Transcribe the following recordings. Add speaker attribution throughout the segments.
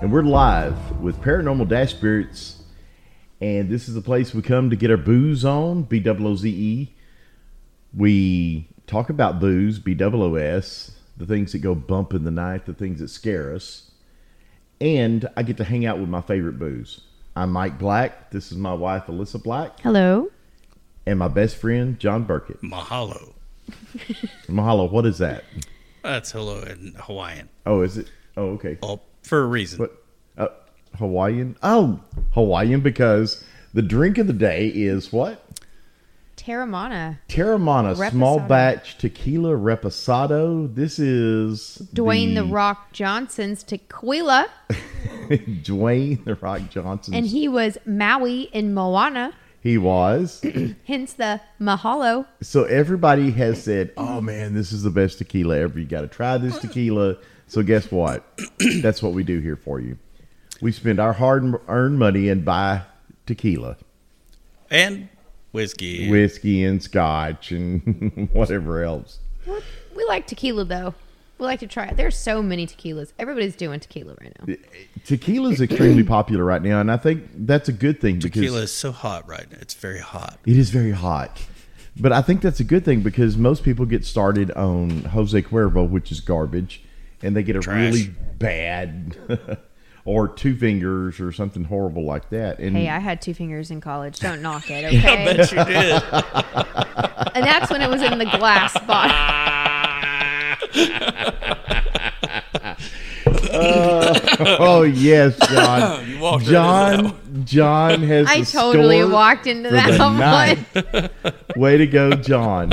Speaker 1: and we're live with Paranormal Dash Spirits. And this is the place we come to get our booze on, B O O Z E. We talk about booze, B O O S, the things that go bump in the night, the things that scare us. And I get to hang out with my favorite booze. I'm Mike Black. This is my wife, Alyssa Black,
Speaker 2: Hello.
Speaker 1: and my best friend, John Burkett.
Speaker 3: Mahalo.
Speaker 1: Mahalo, what is that?
Speaker 3: That's hello in Hawaiian.
Speaker 1: Oh, is it? Oh, okay.
Speaker 3: Oh, for a reason.
Speaker 1: What? Uh, Hawaiian? Oh, Hawaiian because the drink of the day is what?
Speaker 2: Terramana.
Speaker 1: Terramana small
Speaker 2: Reposado.
Speaker 1: batch tequila reposado. This is
Speaker 2: Dwayne the Rock Johnson's tequila,
Speaker 1: Dwayne the Rock Johnson.
Speaker 2: and he was Maui in Moana,
Speaker 1: he was.
Speaker 2: hence the Mahalo.
Speaker 1: so everybody has said, "Oh man, this is the best tequila ever. You got to try this tequila." So guess what? That's what we do here for you. We spend our hard-earned money and buy tequila.
Speaker 3: And whiskey.
Speaker 1: whiskey and scotch and whatever else.
Speaker 2: We're- We like tequila though. We like to try it. There's so many tequilas. Everybody's doing tequila right now.
Speaker 1: Tequila is extremely popular right now, and I think that's a good thing because
Speaker 3: Tequila is so hot right now. It's very hot.
Speaker 1: it is very hot. But I think that's a good thing because most people get started on Jose Cuervo, which is garbage, and they get a
Speaker 3: Trash.
Speaker 1: really bad or two fingers or something horrible like that. And
Speaker 2: Hey, I had two fingers in college. Don't knock it,
Speaker 3: I
Speaker 2: okay?
Speaker 3: bet you did.
Speaker 2: and that's when it was in the glass bottle.
Speaker 1: oh yes, John.
Speaker 3: You walked right into that
Speaker 1: John John has
Speaker 2: I
Speaker 1: the
Speaker 2: totally
Speaker 1: score
Speaker 2: walked into
Speaker 1: for
Speaker 2: that
Speaker 1: the
Speaker 2: one.
Speaker 1: night. Way to go, John.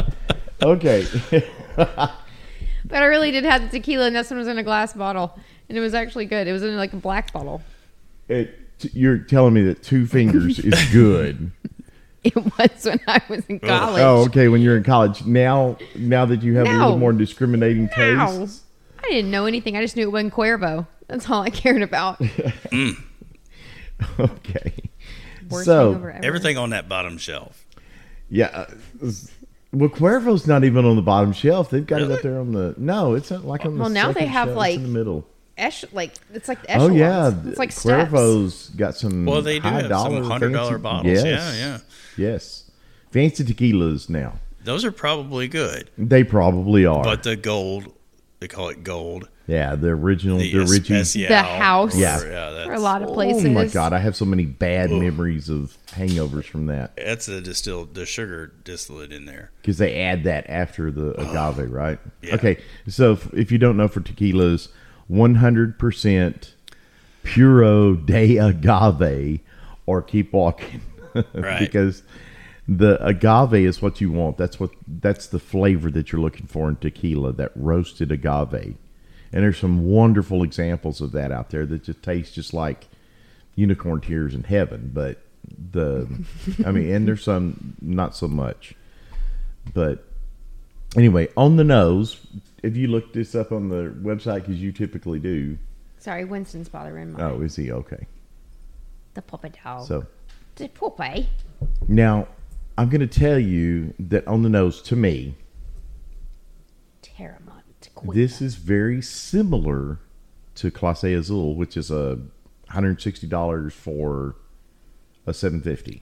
Speaker 1: Okay.
Speaker 2: But I really did have the tequila, and this one was in a glass bottle, and it was actually good. It was in like a black bottle.
Speaker 1: It, t- you're telling me that two fingers is good.
Speaker 2: It was when I was in college.
Speaker 1: oh, okay. When you're in college now, now that you have a little
Speaker 2: No.
Speaker 1: more discriminating
Speaker 2: Ow.
Speaker 1: taste,
Speaker 2: I didn't know anything. I just knew it wasn't Cuervo. That's all I cared about.
Speaker 1: okay.
Speaker 2: Worst
Speaker 1: so
Speaker 2: hangover ever.
Speaker 3: Everything on that bottom shelf.
Speaker 1: yeah, uh, well, Cuervo's not even on the bottom shelf. They've got it
Speaker 3: Really?
Speaker 1: up there on the no. It's not like on the
Speaker 2: Well, now they
Speaker 1: second
Speaker 2: have,
Speaker 1: shelf. It's
Speaker 2: like,
Speaker 1: in the middle.
Speaker 2: Esh- like it's like the
Speaker 1: Oh
Speaker 2: echelons.
Speaker 1: yeah,
Speaker 2: it's like steps.
Speaker 1: Cuervo's got some.
Speaker 3: Well, they do
Speaker 1: high
Speaker 3: have
Speaker 1: dollar,
Speaker 3: some hundred dollar
Speaker 1: fancy- Yes,
Speaker 3: bottles. Yeah, yeah.
Speaker 1: yes. Fancy tequilas now.
Speaker 3: Those are probably good.
Speaker 1: They probably are.
Speaker 3: But the gold, they call it gold.
Speaker 1: yeah, the original,
Speaker 3: The,
Speaker 1: the original.
Speaker 3: especial.
Speaker 2: The house.
Speaker 1: Yeah.
Speaker 3: that's,
Speaker 2: for a lot of places.
Speaker 1: Oh my god, I have so many bad memories of hangovers from that
Speaker 3: That's the distilled, the sugar distillate in there.
Speaker 1: because they add that after the agave, right?
Speaker 3: Yeah.
Speaker 1: Okay, so if, if you don't know, for tequilas, one hundred percent puro de agave, or keep walking,
Speaker 3: Right.
Speaker 1: because the agave is what you want. That's what that's the flavor that you're looking for in tequila, that roasted agave. And there's some wonderful examples of that out there that just taste just like unicorn tears in heaven, but the I mean, and there's some not so much. But anyway, on the nose, if you look this up on the website cuz you typically do.
Speaker 2: Sorry, Winston's bothering my
Speaker 1: Oh, is he okay?
Speaker 2: the Papa doll.
Speaker 1: So
Speaker 2: the eh? Popeye.
Speaker 1: now I'm going to tell you that on the nose to me,
Speaker 2: Terramont.
Speaker 1: This is very similar to Classe Azul, which is a $160 for a 750.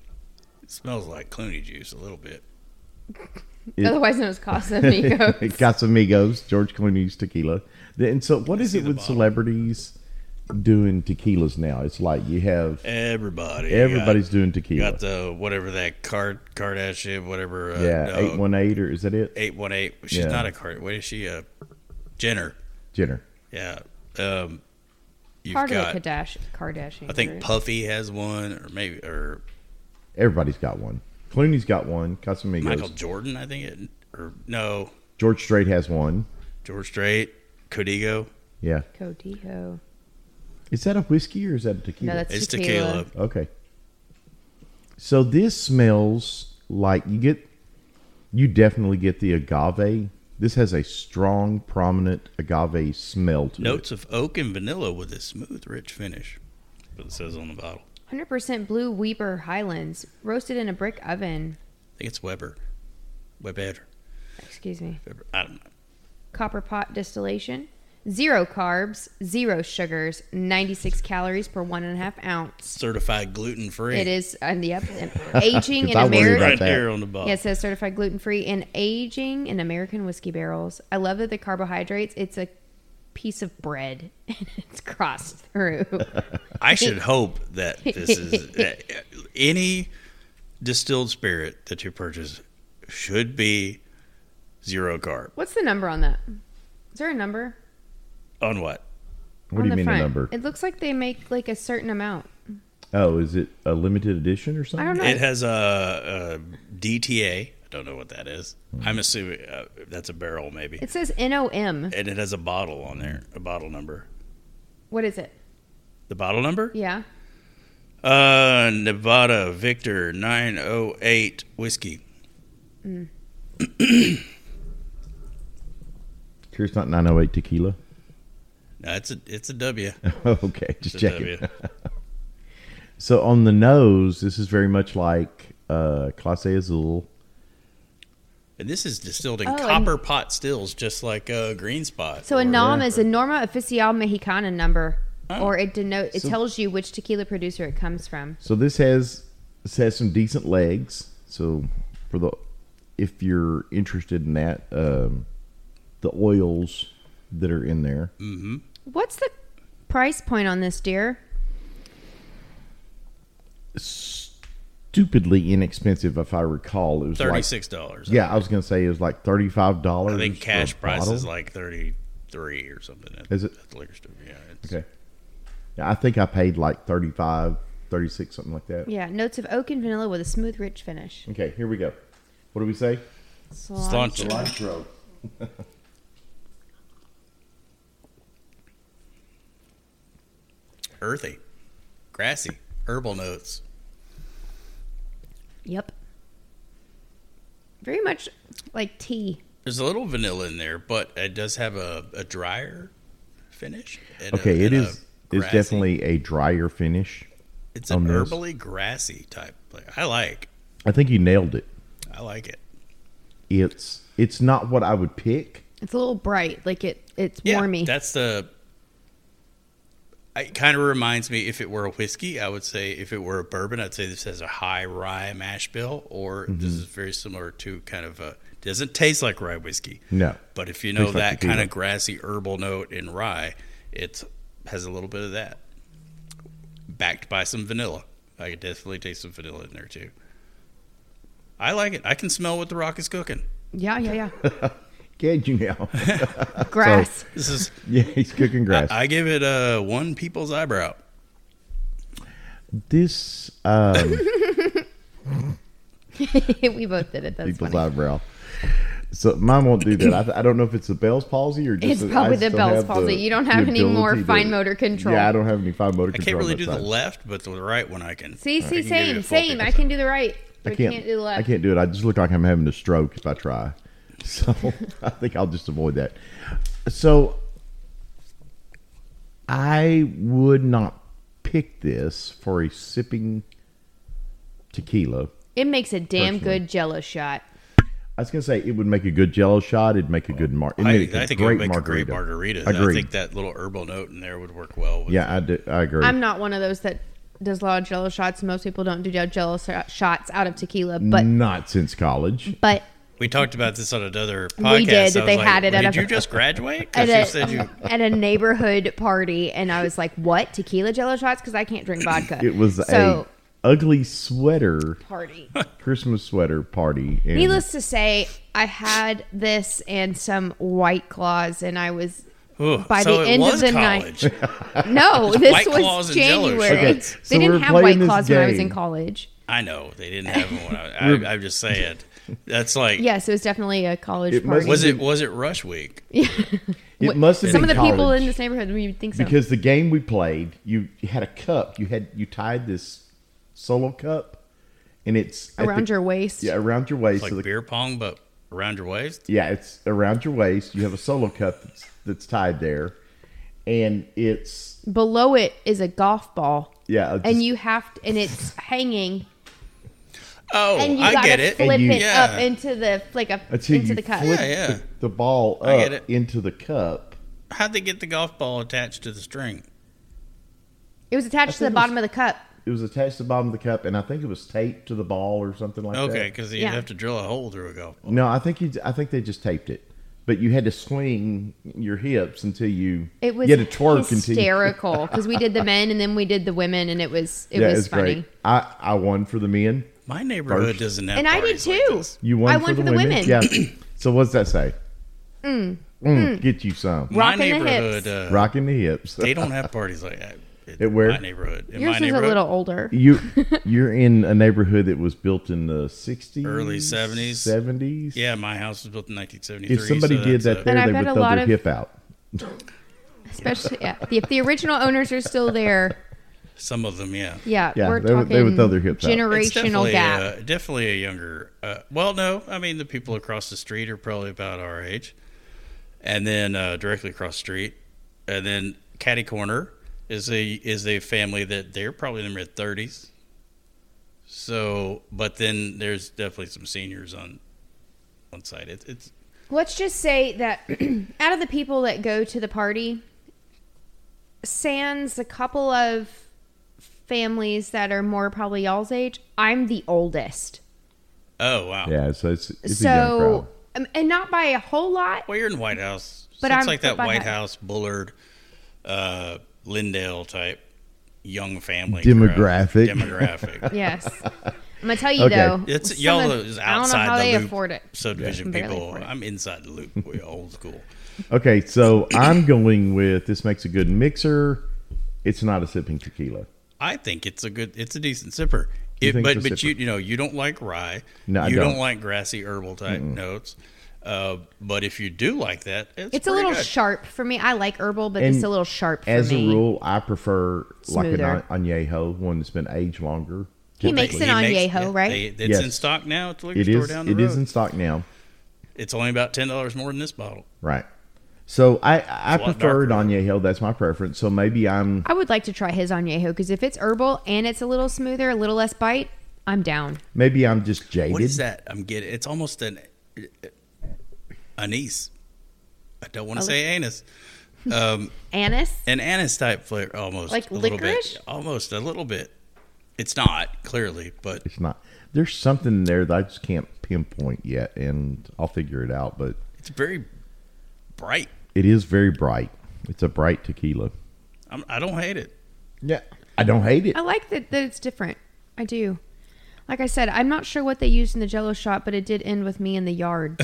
Speaker 3: It smells like Clooney juice a little bit.
Speaker 1: it-
Speaker 2: Otherwise known as Casa Amigo.
Speaker 1: Casamigos, George Clooney's tequila. And so what is
Speaker 3: see
Speaker 1: it
Speaker 3: the
Speaker 1: with
Speaker 3: bottle.
Speaker 1: celebrities doing tequilas now? It's like you have
Speaker 3: Everybody.
Speaker 1: everybody's
Speaker 3: got-
Speaker 1: doing tequila.
Speaker 3: got the whatever that card Kardashian, whatever. Uh,
Speaker 1: yeah,
Speaker 3: no,
Speaker 1: 818 or is that it?
Speaker 3: eight one eight. She's
Speaker 1: Yeah.
Speaker 3: not a card. What is she? A Jenner.
Speaker 1: Jenner.
Speaker 3: Yeah. Um, you've
Speaker 2: Part
Speaker 3: got.
Speaker 2: of it Kadash- Kardashian.
Speaker 3: I think
Speaker 2: group.
Speaker 3: Puffy has one, or maybe or
Speaker 1: Everybody's got one. Clooney's got one. Casamigos.
Speaker 3: Michael Jordan. I think it or no
Speaker 1: George Strait has one.
Speaker 3: George Strait, Codigo.
Speaker 1: Yeah.
Speaker 2: Codijo.
Speaker 1: Is that a whiskey or is that a tequila?
Speaker 2: No, that's
Speaker 3: It's
Speaker 2: tequila.
Speaker 3: tequila.
Speaker 1: Okay. So this smells like you get you definitely get the agave. This has a strong, prominent agave smell to it.
Speaker 3: Notes of oak and vanilla with a smooth, rich finish. That's What it says on the bottle.
Speaker 2: 100% blue Weber Highlands, roasted in a brick oven.
Speaker 3: I think it's Weber. Weber.
Speaker 2: Excuse me.
Speaker 3: Weber. I don't know.
Speaker 2: Copper pot distillation. Zero carbs, zero sugars, 96 calories per one and a half ounce.
Speaker 3: Certified gluten free.
Speaker 2: It is, and yep, and aging
Speaker 1: 'Cause
Speaker 2: in
Speaker 1: I worry
Speaker 2: American.
Speaker 1: about
Speaker 3: right
Speaker 1: that.
Speaker 3: here on the bottle.
Speaker 2: Yeah, it says certified gluten free and aging in American whiskey barrels. I love that the carbohydrates. It's a piece of bread and it's crossed through.
Speaker 3: I should hope that this is that any distilled spirit that you purchase should be zero carb.
Speaker 2: What's the number on that? Is there a number?
Speaker 3: On what?
Speaker 1: What
Speaker 2: on
Speaker 1: do you
Speaker 2: the
Speaker 1: mean
Speaker 2: front?
Speaker 1: a number?
Speaker 2: It looks like they make like a certain amount.
Speaker 1: Oh, is it a limited edition or something?
Speaker 2: I don't know.
Speaker 3: It has a, a DTA. I don't know what that is. I'm assuming uh, that's a barrel, maybe.
Speaker 2: It says NOM.
Speaker 3: and it has a bottle on there, a bottle number.
Speaker 2: What is it?
Speaker 3: The bottle number?
Speaker 2: Yeah.
Speaker 3: Uh, Nevada Victor 908 whiskey.
Speaker 1: Sure, it's not 908 tequila.
Speaker 3: No, it's a it's a W.
Speaker 1: okay, just
Speaker 3: It's a
Speaker 1: checking.
Speaker 3: w.
Speaker 1: So on the nose, this is very much like uh, Classe Azul.
Speaker 3: And this is distilled in
Speaker 2: Oh, and-
Speaker 3: copper pot stills, just like uh, Green Spot.
Speaker 2: So a
Speaker 3: or-
Speaker 2: NOM is a Norma Oficial Mexicana number, or it denote it
Speaker 1: So-
Speaker 2: tells you which tequila producer it comes from.
Speaker 1: So this has this has some decent legs. So for the if you're interested in that, um, the oils that are in there.
Speaker 2: What's the price point on this, dear?
Speaker 1: stupidly inexpensive if I recall. It was
Speaker 3: thirty
Speaker 1: like
Speaker 3: six dollars.
Speaker 1: yeah, I was gonna say it was like thirty five dollars.
Speaker 3: I think cash price is like thirty three or something. At,
Speaker 1: Is it?
Speaker 3: At the liquor store. Yeah. It's,
Speaker 1: okay. Yeah, I think I paid like 35 36 something like that.
Speaker 2: Yeah, notes of oak and vanilla with a smooth, rich finish.
Speaker 1: Okay, here we go. What do we say?
Speaker 2: Cilantro.
Speaker 3: Cilantro.
Speaker 1: Cilantro.
Speaker 3: Earthy, grassy, herbal notes.
Speaker 2: Yep. Very much like tea.
Speaker 3: There's a little vanilla in there, but it does have a, a drier finish. and a-
Speaker 1: Okay, it
Speaker 3: and
Speaker 1: is
Speaker 3: a
Speaker 1: it's
Speaker 3: grassy-
Speaker 1: definitely a drier finish.
Speaker 3: it's an
Speaker 1: on this.
Speaker 3: herbally grassy type. Like I like
Speaker 1: I think you nailed it.
Speaker 3: I like it.
Speaker 1: It's it's not what I would pick.
Speaker 2: It's a little bright, like it. It's
Speaker 3: Yeah,
Speaker 2: warmy.
Speaker 3: That's the. It kind of reminds me if it were a whiskey, I would say if it were a bourbon, I'd say this has a high rye mash bill, or
Speaker 1: Mm-hmm.
Speaker 3: this is very similar to kind of a doesn't taste like rye whiskey.
Speaker 1: No.
Speaker 3: but if you know
Speaker 1: Tastes like
Speaker 3: that
Speaker 1: tequila.
Speaker 3: kind of grassy herbal note in rye, it has a little bit of that, backed by some vanilla. I could definitely taste some vanilla in there too. I like it. I can smell what the rock is cooking.
Speaker 2: yeah, yeah, yeah.
Speaker 1: Get you now.
Speaker 2: Grass.
Speaker 3: This is
Speaker 1: yeah, he's cooking grass.
Speaker 3: I give it a one people's eyebrow.
Speaker 1: this um
Speaker 2: we both did it. That's
Speaker 1: people's
Speaker 2: funny.
Speaker 1: eyebrow. So mine won't do that. I, th- I don't know if it's the Bell's palsy or just
Speaker 2: It's
Speaker 1: that I
Speaker 2: probably the
Speaker 1: still
Speaker 2: Bell's
Speaker 1: have the-
Speaker 2: palsy. You don't
Speaker 1: the
Speaker 2: have any more
Speaker 1: ability to-
Speaker 2: fine motor control.
Speaker 1: Yeah, I don't have any fine motor
Speaker 3: I
Speaker 1: control.
Speaker 3: can't really
Speaker 1: on
Speaker 3: do
Speaker 1: that
Speaker 3: the
Speaker 1: side.
Speaker 3: left, but the right one I can.
Speaker 2: See, see,
Speaker 3: I can give you
Speaker 2: same,
Speaker 3: a full
Speaker 2: same. I
Speaker 3: people's-
Speaker 2: can do the right.
Speaker 1: I
Speaker 2: but I
Speaker 1: can't,
Speaker 2: can't do the left.
Speaker 1: I can't do it. I just look like I'm having a stroke if I try. So I think I'll just avoid that. So I would not pick this for a sipping tequila.
Speaker 2: It makes a damn
Speaker 1: Personally.
Speaker 2: good Jello shot.
Speaker 1: I was gonna say it would make a good Jello shot. It'd make a good mar. it'd
Speaker 3: I,
Speaker 1: make
Speaker 3: I
Speaker 1: a
Speaker 3: think it
Speaker 1: great
Speaker 3: would make a great margarita. I
Speaker 1: Agreed.
Speaker 3: think that little herbal note in there would work well. With
Speaker 1: Yeah, I, do, I agree.
Speaker 2: I'm not one of those that does a lot of Jello shots. Most people don't do Jello so- shots out of tequila, but
Speaker 1: not since college.
Speaker 2: but
Speaker 3: We talked about this on another podcast.
Speaker 2: We did, that
Speaker 3: I was
Speaker 2: they
Speaker 3: like,
Speaker 2: had it at
Speaker 3: Did
Speaker 2: a-
Speaker 3: you just graduate? 'Cause
Speaker 2: at
Speaker 3: you
Speaker 2: a,
Speaker 3: said you.
Speaker 2: at a neighborhood party, and I was like, "What tequila Jello shots?" Because I can't drink vodka.
Speaker 1: It was
Speaker 2: so
Speaker 1: a ugly sweater,
Speaker 2: party.
Speaker 1: Christmas sweater party. And
Speaker 2: Needless to say, I had this and some White Claws, and I was
Speaker 3: Ooh,
Speaker 2: by
Speaker 3: so
Speaker 2: the
Speaker 3: it
Speaker 2: end
Speaker 3: was
Speaker 2: of the
Speaker 3: college.
Speaker 2: night. No, this
Speaker 3: White
Speaker 2: was
Speaker 3: Claws and Jell-O
Speaker 2: January.
Speaker 1: shots. Okay, so
Speaker 2: they
Speaker 1: we're
Speaker 2: didn't have
Speaker 1: playing
Speaker 2: White
Speaker 1: this
Speaker 2: Claws when I was in
Speaker 1: game.
Speaker 2: college.
Speaker 3: I know they didn't have one. I, I, I'm just saying. That's like.
Speaker 2: Yes, it was definitely a college
Speaker 1: It must-
Speaker 2: party.
Speaker 3: Was it was it rush week?
Speaker 1: it must have
Speaker 2: Some of
Speaker 1: been
Speaker 2: the people
Speaker 1: college,
Speaker 2: in this neighborhood, we would think so.
Speaker 1: because the game we played, you you had a cup. You had you tied this solo cup, and it's at
Speaker 2: Around
Speaker 1: the-
Speaker 2: your waist.
Speaker 1: Yeah, around your waist.
Speaker 3: Like
Speaker 1: so the,
Speaker 3: beer pong, but around your waist.
Speaker 1: yeah, it's around your waist. You have a solo cup that's, that's tied there, and it's
Speaker 2: Below it is a golf ball,
Speaker 1: yeah. just-
Speaker 2: and you have to, and it's hanging,
Speaker 3: Oh,
Speaker 2: and you
Speaker 3: I
Speaker 2: gotta
Speaker 3: get it.
Speaker 2: flip
Speaker 1: And you-
Speaker 2: it
Speaker 3: Yeah.
Speaker 2: up into the like a,
Speaker 1: until
Speaker 2: into
Speaker 1: you
Speaker 2: the cup.
Speaker 1: flip
Speaker 3: Yeah, yeah.
Speaker 1: The, the ball
Speaker 3: I get
Speaker 1: up
Speaker 3: it.
Speaker 1: into the cup,
Speaker 3: how'd they get the golf ball attached to the string?
Speaker 2: It was attached to
Speaker 1: think
Speaker 2: the
Speaker 1: it
Speaker 2: bottom
Speaker 1: was-
Speaker 2: of the cup.
Speaker 1: It was attached to the bottom of the cup, and I think it was taped to the ball or something like that.
Speaker 3: Okay, because you'd
Speaker 2: Yeah.
Speaker 3: have to drill a hole through a golf ball.
Speaker 1: No, I think you. I think they just taped it, but you had to swing your hips until you.
Speaker 2: It was
Speaker 1: you had to twerk until. You,
Speaker 2: hysterical because we did the men and then we did the women, and it was it
Speaker 1: yeah,
Speaker 2: was
Speaker 1: it's
Speaker 2: funny.
Speaker 1: great. I I won for the men.
Speaker 3: My neighborhood
Speaker 1: First.
Speaker 3: doesn't have
Speaker 2: And I did
Speaker 3: parties like
Speaker 2: too.
Speaker 3: this.
Speaker 1: You won
Speaker 2: I won for the women.
Speaker 1: Yeah. so what's that say? Mm, get you some
Speaker 3: My
Speaker 2: Rocking the hips.
Speaker 3: neighborhood, uh,
Speaker 1: rocking the hips.
Speaker 3: they don't have parties like that. In
Speaker 1: It where?
Speaker 3: My neighborhood. In
Speaker 2: Yours
Speaker 3: my
Speaker 2: was a
Speaker 3: neighborhood,
Speaker 2: little older.
Speaker 1: You you're in a neighborhood that was built in the '60s,
Speaker 3: Early 70s.
Speaker 1: '70s.
Speaker 3: Yeah, my house was built in 1973.
Speaker 1: If somebody
Speaker 3: so
Speaker 1: did
Speaker 3: that's
Speaker 1: that
Speaker 3: a-
Speaker 2: And
Speaker 1: there,
Speaker 2: I've
Speaker 1: they
Speaker 2: got
Speaker 1: would
Speaker 2: a
Speaker 1: throw
Speaker 2: lot
Speaker 1: their
Speaker 2: of-
Speaker 1: hip out.
Speaker 2: Especially yeah, if the original owners are still there,
Speaker 3: some of them, yeah.
Speaker 2: yeah,
Speaker 1: Yeah,
Speaker 2: we're
Speaker 1: they would-
Speaker 2: talking
Speaker 1: they would throw their hips out. It's
Speaker 3: It's
Speaker 2: generational
Speaker 3: definitely,
Speaker 2: gap.
Speaker 3: uh, definitely a younger. Uh, well, no, I mean the people across the street are probably about our age, and then uh, directly across the street, and then Caddy Corner is a is a family that they're probably in their mid thirties. So, but then there's definitely some seniors on one side. It, it's
Speaker 2: Let's just say that out of the people that go to the party, sans a couple of families that are more probably y'all's age, I'm the oldest.
Speaker 3: oh wow.
Speaker 1: Yeah, so it's it's a young crowd.
Speaker 2: so, um, and not by a whole lot.
Speaker 3: Well, you're in White House, so
Speaker 2: But
Speaker 3: it's
Speaker 2: I'm-
Speaker 3: like that
Speaker 2: but by
Speaker 3: White
Speaker 2: how-
Speaker 3: House Bullard, uh, Lindale type young family crowd.
Speaker 1: Demographic.
Speaker 3: demographic.
Speaker 2: Yes. I'm gonna tell you
Speaker 1: Okay.
Speaker 2: though,
Speaker 3: It's
Speaker 2: some
Speaker 3: y'all
Speaker 2: of-
Speaker 3: is
Speaker 2: I don't know
Speaker 3: outside
Speaker 2: how
Speaker 3: the
Speaker 2: they
Speaker 3: loop.
Speaker 2: afford it.
Speaker 3: Subdivision
Speaker 2: Barely
Speaker 3: people.
Speaker 2: afford it.
Speaker 3: I'm inside the loop. We're old school.
Speaker 1: Okay, so I'm going with this makes a good mixer. It's not a sipping tequila.
Speaker 3: I think it's a good. It's a decent sipper. It,
Speaker 1: think
Speaker 3: but
Speaker 1: it's a
Speaker 3: but
Speaker 1: sipper?
Speaker 3: you you know you don't like rye.
Speaker 1: No, I
Speaker 3: you don't.
Speaker 1: don't.
Speaker 3: like grassy herbal type notes. Uh, but if you do like that, it's,
Speaker 2: It's a
Speaker 3: pretty
Speaker 2: little
Speaker 3: good.
Speaker 2: sharp for me. I like herbal, but
Speaker 1: And
Speaker 2: it's a little sharp for
Speaker 1: As
Speaker 2: me.
Speaker 1: a rule, I prefer
Speaker 2: Smoother.
Speaker 1: like an añejo, one that's been aged longer.
Speaker 2: He makes
Speaker 1: typically.
Speaker 2: it on
Speaker 3: makes-
Speaker 2: Yeho,
Speaker 3: yeah,
Speaker 2: right?
Speaker 3: they- it's
Speaker 1: Yes.
Speaker 3: in stock now at the liquor
Speaker 1: It
Speaker 3: store
Speaker 1: is.
Speaker 3: down the
Speaker 1: It
Speaker 3: road.
Speaker 1: is in stock now.
Speaker 3: It's only about ten dollars more than this bottle.
Speaker 1: Right. So I I
Speaker 3: It's a lot
Speaker 1: prefer an
Speaker 3: darker.
Speaker 1: añejo. That's my preference. So maybe I'm
Speaker 2: I would like to try his on Yeho because if it's herbal and it's a little smoother, a little less bite, I'm down.
Speaker 1: maybe I'm just jaded.
Speaker 3: What is that? I'm getting. It's almost an anise. I don't want to say anus. Um,
Speaker 2: Anise.
Speaker 3: an anise type flavor almost
Speaker 2: Like
Speaker 3: a little
Speaker 2: licorice?
Speaker 3: bit almost a little bit it's not clearly but
Speaker 1: It's not. There's something there that I just can't pinpoint yet, and I'll figure it out. But
Speaker 3: it's very bright
Speaker 1: it is very bright. It's a bright tequila.
Speaker 3: I'm, i don't hate it
Speaker 1: Yeah. I don't hate
Speaker 3: Oh.
Speaker 1: it.
Speaker 2: I like that, that it's different. I do. Like I said, I'm not sure what they used in the jello shot, but it did end with me in the yard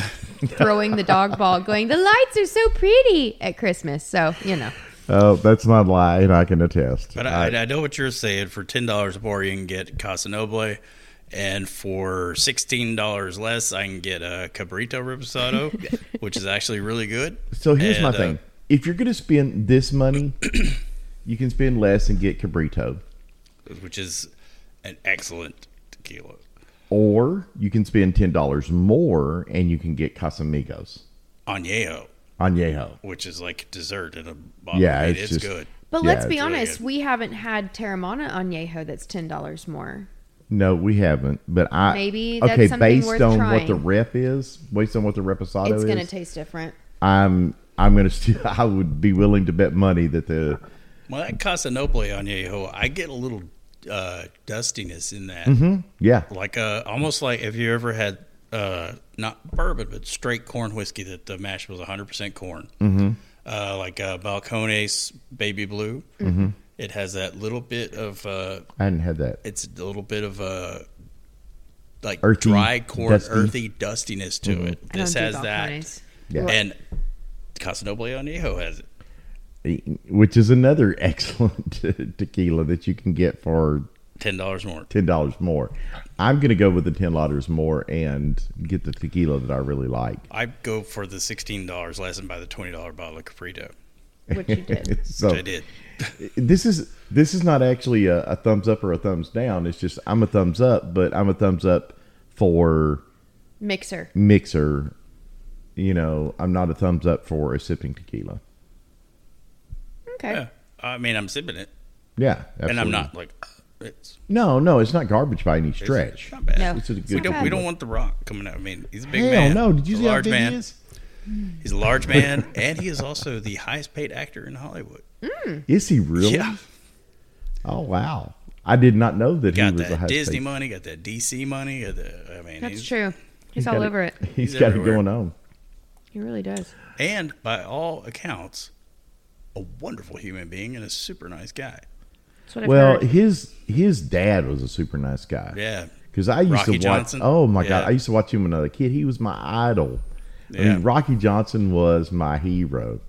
Speaker 2: throwing the dog ball, going, The lights are so pretty at Christmas. So, you know.
Speaker 1: Oh, that's not a lie, and I can attest.
Speaker 3: but I, I know what you're saying for $10 more you can get casa noble and for $16 less i can get a cabrito reposado which is actually really good
Speaker 1: So here's my
Speaker 3: And, uh,
Speaker 1: thing: if you're going to spend this money, you can spend less and get cabrito,
Speaker 3: which is an excellent tequila
Speaker 1: or you can spend ten dollars more and you can get Casamigos
Speaker 3: añejo
Speaker 1: añejo.
Speaker 3: which is like dessert in a bottle
Speaker 1: Yeah,
Speaker 3: I mean,
Speaker 1: it's
Speaker 3: it's
Speaker 1: just-
Speaker 3: good
Speaker 2: But
Speaker 1: Yeah,
Speaker 2: let's be
Speaker 1: it's
Speaker 3: really
Speaker 2: honest,
Speaker 3: good.
Speaker 2: we haven't had Terramana on Yeho that's $10 more.
Speaker 1: No, we haven't. But I
Speaker 2: Maybe that's
Speaker 1: okay
Speaker 2: something
Speaker 1: based
Speaker 2: worth
Speaker 1: on what
Speaker 2: trying.
Speaker 1: the rep is, based on what the reposado
Speaker 2: it's going
Speaker 1: Oh,
Speaker 2: to
Speaker 1: is.
Speaker 2: taste different.
Speaker 1: I'm I'm going to st- I would be willing to bet money that the
Speaker 3: Well, that Casa Noble Añejo, I get a little uh, dustiness in that.
Speaker 1: yeah
Speaker 3: Like uh, almost like if you ever had uh, not bourbon, but straight corn whiskey that the mash was 100% corn. Mm-hmm. Uh, like uh, Balcones Baby Blue. Mm-hmm. It has that little bit of, uh,
Speaker 1: I hadn't had that.
Speaker 3: it's a little bit of uh, like
Speaker 1: Earthy,
Speaker 3: dry corn,
Speaker 1: dusty. Mm-hmm.
Speaker 3: earthy dustiness to it.
Speaker 2: I don't
Speaker 3: This
Speaker 2: do
Speaker 3: has that.
Speaker 2: balcones.
Speaker 1: Yeah.
Speaker 3: And Casa Noble Añejo has it.
Speaker 1: Which is another excellent tequila that you can get for
Speaker 3: $10 more.
Speaker 1: ten dollars more. I'm gonna go with the ten dollars more and get the tequila that I really like.
Speaker 3: I go for the sixteen dollars less than by the twenty dollar bottle of Caprito.
Speaker 2: Which you did.
Speaker 1: So
Speaker 3: I did.
Speaker 1: this is this is not actually a, a thumbs up or a thumbs down. It's just I'm a thumbs up, but I'm a thumbs up for
Speaker 2: Mixer.
Speaker 1: mixer. You know, I'm not a thumbs up for a sipping tequila.
Speaker 2: Okay.
Speaker 3: Yeah. I mean, I'm sipping it,
Speaker 1: Yeah, absolutely.
Speaker 3: and I'm not like uh, it's,
Speaker 1: No, no, it's not garbage by any
Speaker 3: it's
Speaker 1: stretch.
Speaker 3: Not bad.
Speaker 2: No.
Speaker 1: This is a
Speaker 2: It's
Speaker 1: good
Speaker 3: We
Speaker 2: not
Speaker 3: don't.
Speaker 2: bad.
Speaker 3: We don't want the rock coming out. I mean, he's a big
Speaker 1: Hell
Speaker 3: man.
Speaker 1: no! Did you
Speaker 3: a
Speaker 1: see how
Speaker 3: large
Speaker 1: big
Speaker 3: man.
Speaker 1: he is?
Speaker 3: He's a large man, and he is also the highest paid actor in Hollywood.
Speaker 1: Is he really?
Speaker 3: Yeah,
Speaker 1: Oh wow! I did not know that he
Speaker 3: got
Speaker 1: was a high
Speaker 3: that Disney
Speaker 1: paid-
Speaker 3: money, got that DC money. Got the, I mean,
Speaker 2: That's
Speaker 3: he's-
Speaker 2: true. He's
Speaker 1: got
Speaker 2: all over it.
Speaker 1: He's
Speaker 3: He's
Speaker 1: got it
Speaker 3: everywhere.
Speaker 1: going on.
Speaker 2: He really does.
Speaker 3: And by all accounts, a wonderful human being and a super nice guy.
Speaker 2: That's what I've
Speaker 1: Well,
Speaker 2: heard.
Speaker 1: his his dad was a super nice guy.
Speaker 3: Yeah,
Speaker 1: Because I used
Speaker 3: Rocky
Speaker 1: to watch.
Speaker 3: Johnson?
Speaker 1: Oh my god!
Speaker 3: Yeah.
Speaker 1: I used to watch him when I was a kid. He was my idol. I
Speaker 3: Yeah.
Speaker 1: mean, Rocky Johnson was my hero.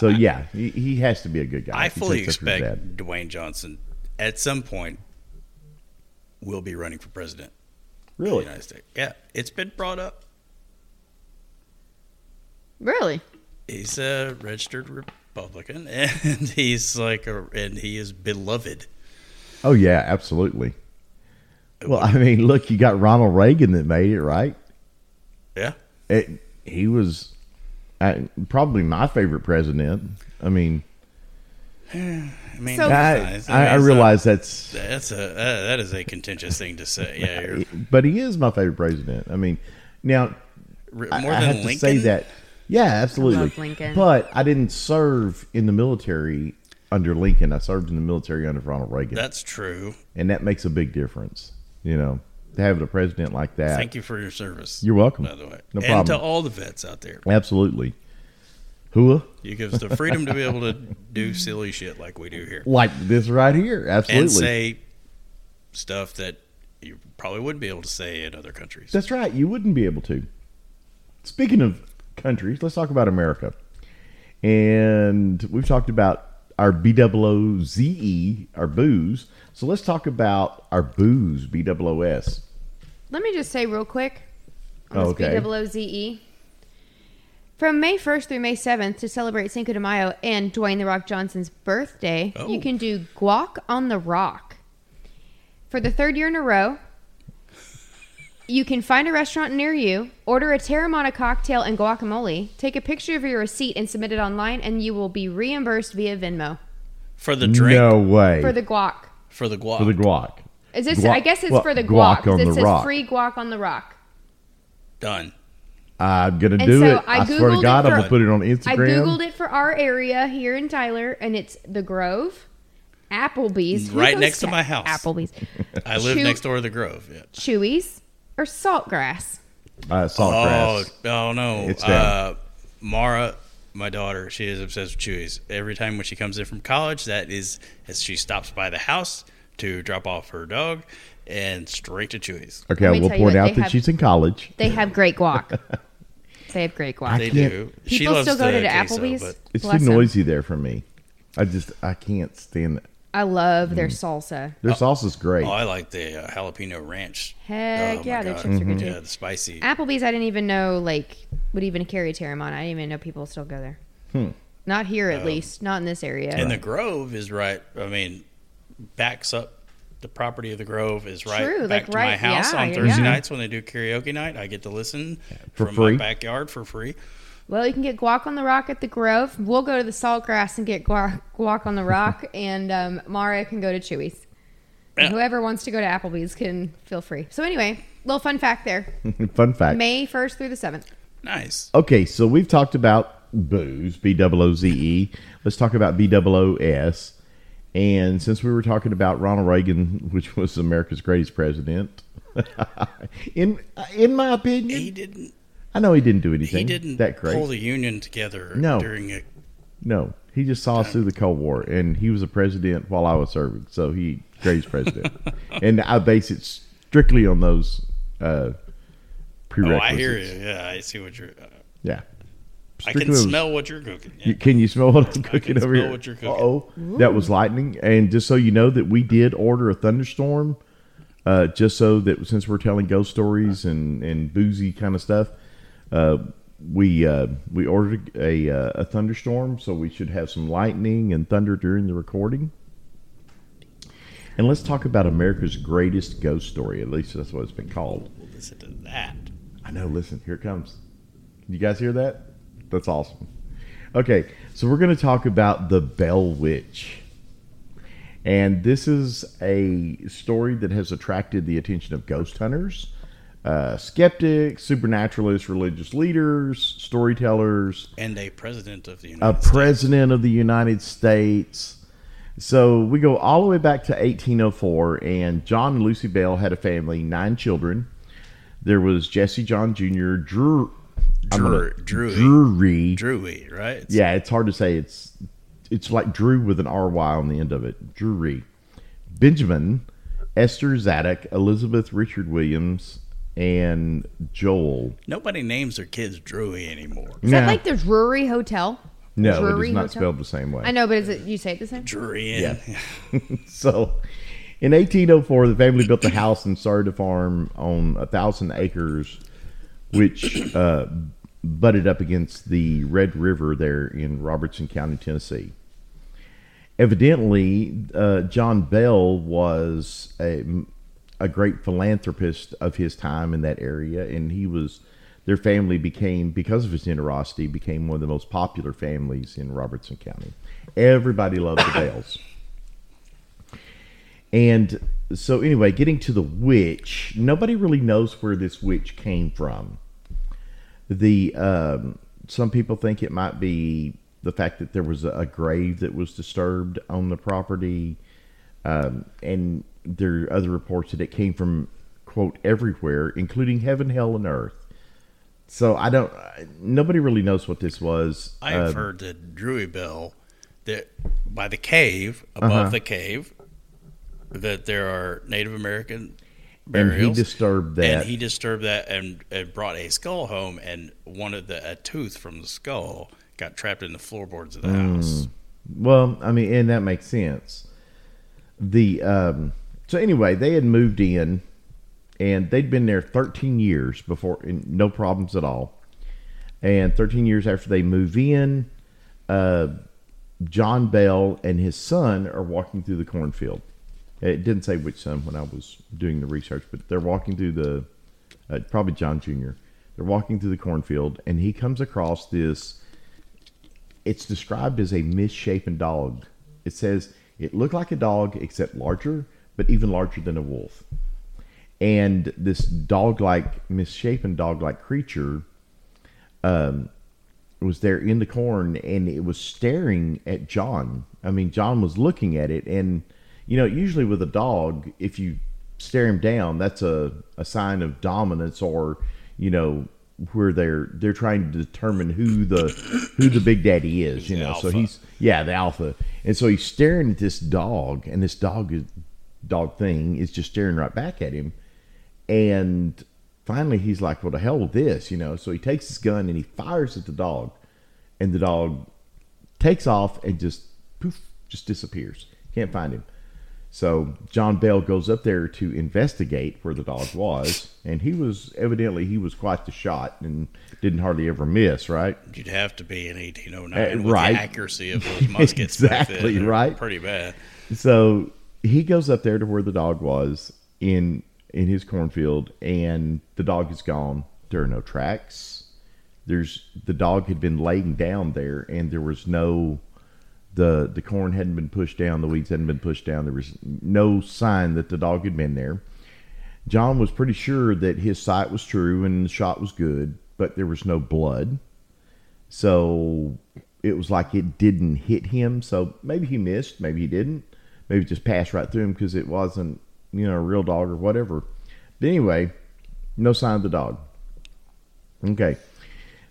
Speaker 1: So yeah, he, he has to be a good guy.
Speaker 3: I
Speaker 1: if he
Speaker 3: fully
Speaker 1: takes after his dad.
Speaker 3: expect Dwayne Johnson at some point will be running for president of the
Speaker 1: Really?
Speaker 3: United States. Yeah, it's been brought up.
Speaker 2: really?
Speaker 3: He's a registered Republican, and he's like, a, and he is beloved.
Speaker 1: Oh yeah, absolutely. Well, I mean, look, you got Ronald Reagan that made it, right?
Speaker 3: Yeah,
Speaker 1: It, he was uh, probably my favorite president. I mean,
Speaker 3: I mean,
Speaker 2: So-
Speaker 1: I,
Speaker 3: it's nice.
Speaker 1: I, I
Speaker 3: mean, it's
Speaker 1: realize that's,
Speaker 3: a- that's a uh, that is a contentious thing to say. Yeah, you're,
Speaker 1: but he is my favorite president. I mean, now
Speaker 3: more
Speaker 1: I-
Speaker 3: than
Speaker 1: I have
Speaker 3: Lincoln.
Speaker 1: to say that. Yeah, absolutely.
Speaker 2: love Lincoln.
Speaker 1: But I didn't serve in the military under Lincoln. I served in the military under Ronald Reagan,
Speaker 3: That's true.
Speaker 1: and that makes a big difference. You know, to have a president like that.
Speaker 3: Thank you for your service.
Speaker 1: You're welcome.
Speaker 3: By the way,
Speaker 1: No
Speaker 3: and
Speaker 1: problem.
Speaker 3: to all the vets out there,
Speaker 1: Absolutely. Hua
Speaker 3: you give us the freedom to be able to do silly shit like we do here,
Speaker 1: like this right here. Absolutely.
Speaker 3: and say stuff that you probably wouldn't be able to say in other countries.
Speaker 1: That's right. You wouldn't be able to. Speaking of countries, let's talk about America. And we've talked about our BOOZE, E, our booze. So let's talk about our booze, BOOS.
Speaker 2: Let me just say real quick.
Speaker 1: Oh,
Speaker 2: On
Speaker 1: okay.
Speaker 2: this BOOZE. E. From May 1st through May 7th to celebrate Cinco de Mayo and Dwayne The Rock Johnson's birthday,
Speaker 3: Oh.
Speaker 2: you can do guac on the rock. For the third year in a row, you can find a restaurant near you, order a Terramana cocktail and guacamole, take a picture of your receipt and submit it online, and you will be reimbursed via Venmo
Speaker 3: For the drink,
Speaker 1: No way.
Speaker 2: for the guac.
Speaker 3: for the guac,
Speaker 1: For the guac.
Speaker 2: Is this?
Speaker 1: Guac-
Speaker 2: I guess it's
Speaker 1: well,
Speaker 2: for the
Speaker 1: guac
Speaker 2: guac. 'cause
Speaker 1: on
Speaker 2: it
Speaker 1: the
Speaker 2: says
Speaker 1: rock.
Speaker 2: free guac on the rock.
Speaker 3: done.
Speaker 1: I'm going to
Speaker 2: And
Speaker 1: do
Speaker 2: so
Speaker 1: it.
Speaker 2: I
Speaker 1: I, swear
Speaker 2: Googled
Speaker 1: to
Speaker 2: it
Speaker 1: God, I'm
Speaker 2: for-
Speaker 1: going to put it on
Speaker 2: I
Speaker 1: Instagram.
Speaker 2: googled it for our area here in Tyler, and it's the Grove, Applebee's, who
Speaker 3: Right
Speaker 2: goes
Speaker 3: next to my house.
Speaker 2: Applebee's,
Speaker 3: I live
Speaker 2: Shoot.
Speaker 3: next door to the Grove. Yeah.
Speaker 2: Chewy's, or Saltgrass.
Speaker 1: Uh, salt
Speaker 3: Oh,
Speaker 1: grass.
Speaker 3: oh no.
Speaker 1: It's
Speaker 3: uh, Mara, my daughter, she is obsessed with Chewies. Every time when she comes in from college, that is as she stops by the house to drop off her dog and straight to Chewies.
Speaker 1: Okay,
Speaker 2: Let
Speaker 1: I
Speaker 2: me
Speaker 1: will
Speaker 2: tell you
Speaker 1: point
Speaker 2: what,
Speaker 1: out
Speaker 2: they
Speaker 1: that
Speaker 2: have-
Speaker 1: she's in college.
Speaker 2: They have great guac. they have great guac.
Speaker 3: They
Speaker 1: can't-
Speaker 3: do. she
Speaker 2: People
Speaker 3: loves
Speaker 2: still go
Speaker 3: the
Speaker 2: to the
Speaker 3: queso,
Speaker 2: Applebee's.
Speaker 3: but
Speaker 1: It's
Speaker 2: Bless
Speaker 1: too
Speaker 2: 'em.
Speaker 1: noisy there for me. I just, I can't stand it.
Speaker 2: I love their salsa.
Speaker 1: Their sauce is great.
Speaker 3: Mm-hmm. Oh, I like the uh, jalapeno ranch. Oh,
Speaker 2: Heck
Speaker 3: my
Speaker 2: yeah, their
Speaker 3: God. Mm-hmm.
Speaker 2: chips
Speaker 1: Mm-hmm.
Speaker 2: are good too.
Speaker 3: Yeah, the spicy.
Speaker 2: Applebee's, I didn't even know like would even carry Terramana. I didn't even know people still go there. Not here, at least. Not in this area.
Speaker 3: Hmm. Oh. And the Grove is right. I mean, backs up the property of the Grove is right
Speaker 2: True,
Speaker 3: back
Speaker 2: like,
Speaker 3: to my
Speaker 2: right-
Speaker 3: house
Speaker 2: yeah,
Speaker 3: on
Speaker 2: yeah.
Speaker 3: Thursday nights when they do karaoke night. I get to listen
Speaker 1: For
Speaker 3: from
Speaker 1: free.
Speaker 3: my backyard for free.
Speaker 2: Well, you can get guac on the rock at the Grove. We'll go to the Saltgrass and get guac, guac on the rock, and um, Mara can go to Chewy's. And Whoever wants to go to Applebee's can feel free. So anyway, little fun fact there:
Speaker 1: Fun fact.
Speaker 2: May first through the seventh.
Speaker 3: Nice.
Speaker 1: Okay, so we've talked about booze, B O O Z E. Let's talk about B O O S. And since we were talking about Ronald Reagan, which was America's greatest president, in in my
Speaker 3: He
Speaker 1: opinion,
Speaker 3: didn't.
Speaker 1: I know he didn't do anything.
Speaker 3: He didn't
Speaker 1: that great.
Speaker 3: pull the union together
Speaker 1: No.
Speaker 3: during a.
Speaker 1: no, he just saw us through the Cold War, and he was a president while I was serving, so he greatest president. and I base it strictly on those uh,
Speaker 3: Oh,
Speaker 1: prerequisites.
Speaker 3: I hear you. Yeah, I see what you're. Uh,
Speaker 1: Yeah,
Speaker 3: I can
Speaker 1: Strictly on-
Speaker 3: smell what you're cooking. Yeah.
Speaker 1: You, can you smell what I'm cooking over
Speaker 3: smell
Speaker 1: here?
Speaker 3: what you're cooking.
Speaker 1: Uh-oh, that was lightning. And just so you know that we did order a thunderstorm, uh, just so that since we're telling ghost stories and, and boozy kind of stuff, uh, we uh, we ordered a uh, a thunderstorm, so we should have some lightning and thunder during the recording. And let's talk about America's greatest ghost story. At least that's what it's been called.
Speaker 3: We'll listen to that.
Speaker 1: I know. Listen, here it comes. You guys hear that? That's awesome. Okay, so we're going to talk about the Bell Witch. And this is a story that has attracted the attention of ghost hunters, uh, skeptics, supernaturalists, religious leaders, storytellers,
Speaker 3: and a president of the
Speaker 1: a
Speaker 3: United States.
Speaker 1: president of the United States. So we go all the way back to 1804, and John and Lucy Bell had a family, nine children. There was Jesse John Jr., Drew, I'm gonna-
Speaker 3: Drew,
Speaker 1: Drury.
Speaker 3: Drewy. Drewy, right? It's-
Speaker 1: Yeah, it's hard to say. It's it's like Drew with an R Y on the end of it. Drury, Benjamin, Esther Zadok, Elizabeth Richard Williams, and Joel.
Speaker 3: Nobody names their kids Drewy anymore.
Speaker 2: Is
Speaker 1: No.
Speaker 2: that like the Drury Hotel?
Speaker 1: No, it
Speaker 2: Drury
Speaker 1: is not
Speaker 2: Hotel?
Speaker 1: spelled the same way.
Speaker 2: I know, but is it? You say it the same?
Speaker 3: Drury.
Speaker 1: Yeah. So, in 1804, the family built a house and started a farm on a thousand acres, which uh, butted up against the Red River there in Robertson County, Tennessee. Evidently, uh, John Bell was a, a great philanthropist of his time in that area, and he was their family became because of his generosity became one of the most popular families in Robertson County. Everybody loved the Bells. And so, anyway, getting to the witch, nobody really knows where this witch came from. The um, some people think it might be the fact that there was a, a grave that was disturbed on the property, um, and there are other reports that it came from quote everywhere, including heaven, hell, and earth. So I don't. Nobody really knows what this was.
Speaker 3: I've
Speaker 1: Um,
Speaker 3: heard that Druryville, that by the cave above
Speaker 1: Uh-huh.
Speaker 3: the cave, that there are Native American
Speaker 1: and
Speaker 3: burials.
Speaker 1: he disturbed that.
Speaker 3: And he disturbed that and, and brought a skull home, and one of the a tooth from the skull got trapped in the floorboards of the
Speaker 1: Mm.
Speaker 3: house.
Speaker 1: Well, I mean, and that makes sense. The um, so anyway, they had moved in, and they'd been there 13 years before, and no problems at all. And 13 years after they move in, uh, John Bell and his son are walking through the cornfield. It didn't say which son when I was doing the research, but they're walking through the uh, probably John Jr. They're walking through the cornfield, and he comes across this it's described as a misshapen dog. It says it looked like a dog except larger, but even larger than a wolf. And this dog-like, misshapen dog-like creature um, was there in the corn, and it was staring at John. I mean, John was looking at it, and you know, usually with a dog, if you stare him down, that's a, a sign of dominance, or you know, where they're they're trying to determine who the who the big daddy is. You
Speaker 3: The
Speaker 1: know, so
Speaker 3: alpha.
Speaker 1: he's he's- yeah the alpha and so he's staring at this dog and this dog is dog thing is just staring right back at him and finally he's like well to hell with this you know so he takes his gun and he fires at the dog and the dog takes off and just poof just disappears can't find him so john bell goes up there to investigate where the dog was and he was evidently he was quite the shot and didn't hardly ever miss right
Speaker 3: You'd have to be in 1809
Speaker 1: Uh,
Speaker 3: with
Speaker 1: right.
Speaker 3: the accuracy of those muskets. back then.
Speaker 1: Exactly,
Speaker 3: They're
Speaker 1: right.
Speaker 3: Pretty bad.
Speaker 1: So he goes up there to where the dog was in in his cornfield, and the dog is gone. There are no tracks. There's the dog had been laying down there, and there was no the the corn hadn't been pushed down, the weeds hadn't been pushed down. There was no sign that the dog had been there. John was pretty sure that his sight was true and the shot was good, but there was no blood. So it was like it didn't hit him. So maybe he missed, maybe he didn't, maybe it just passed right through him because it wasn't, you know, a real dog or whatever. But anyway, no sign of the dog. Okay.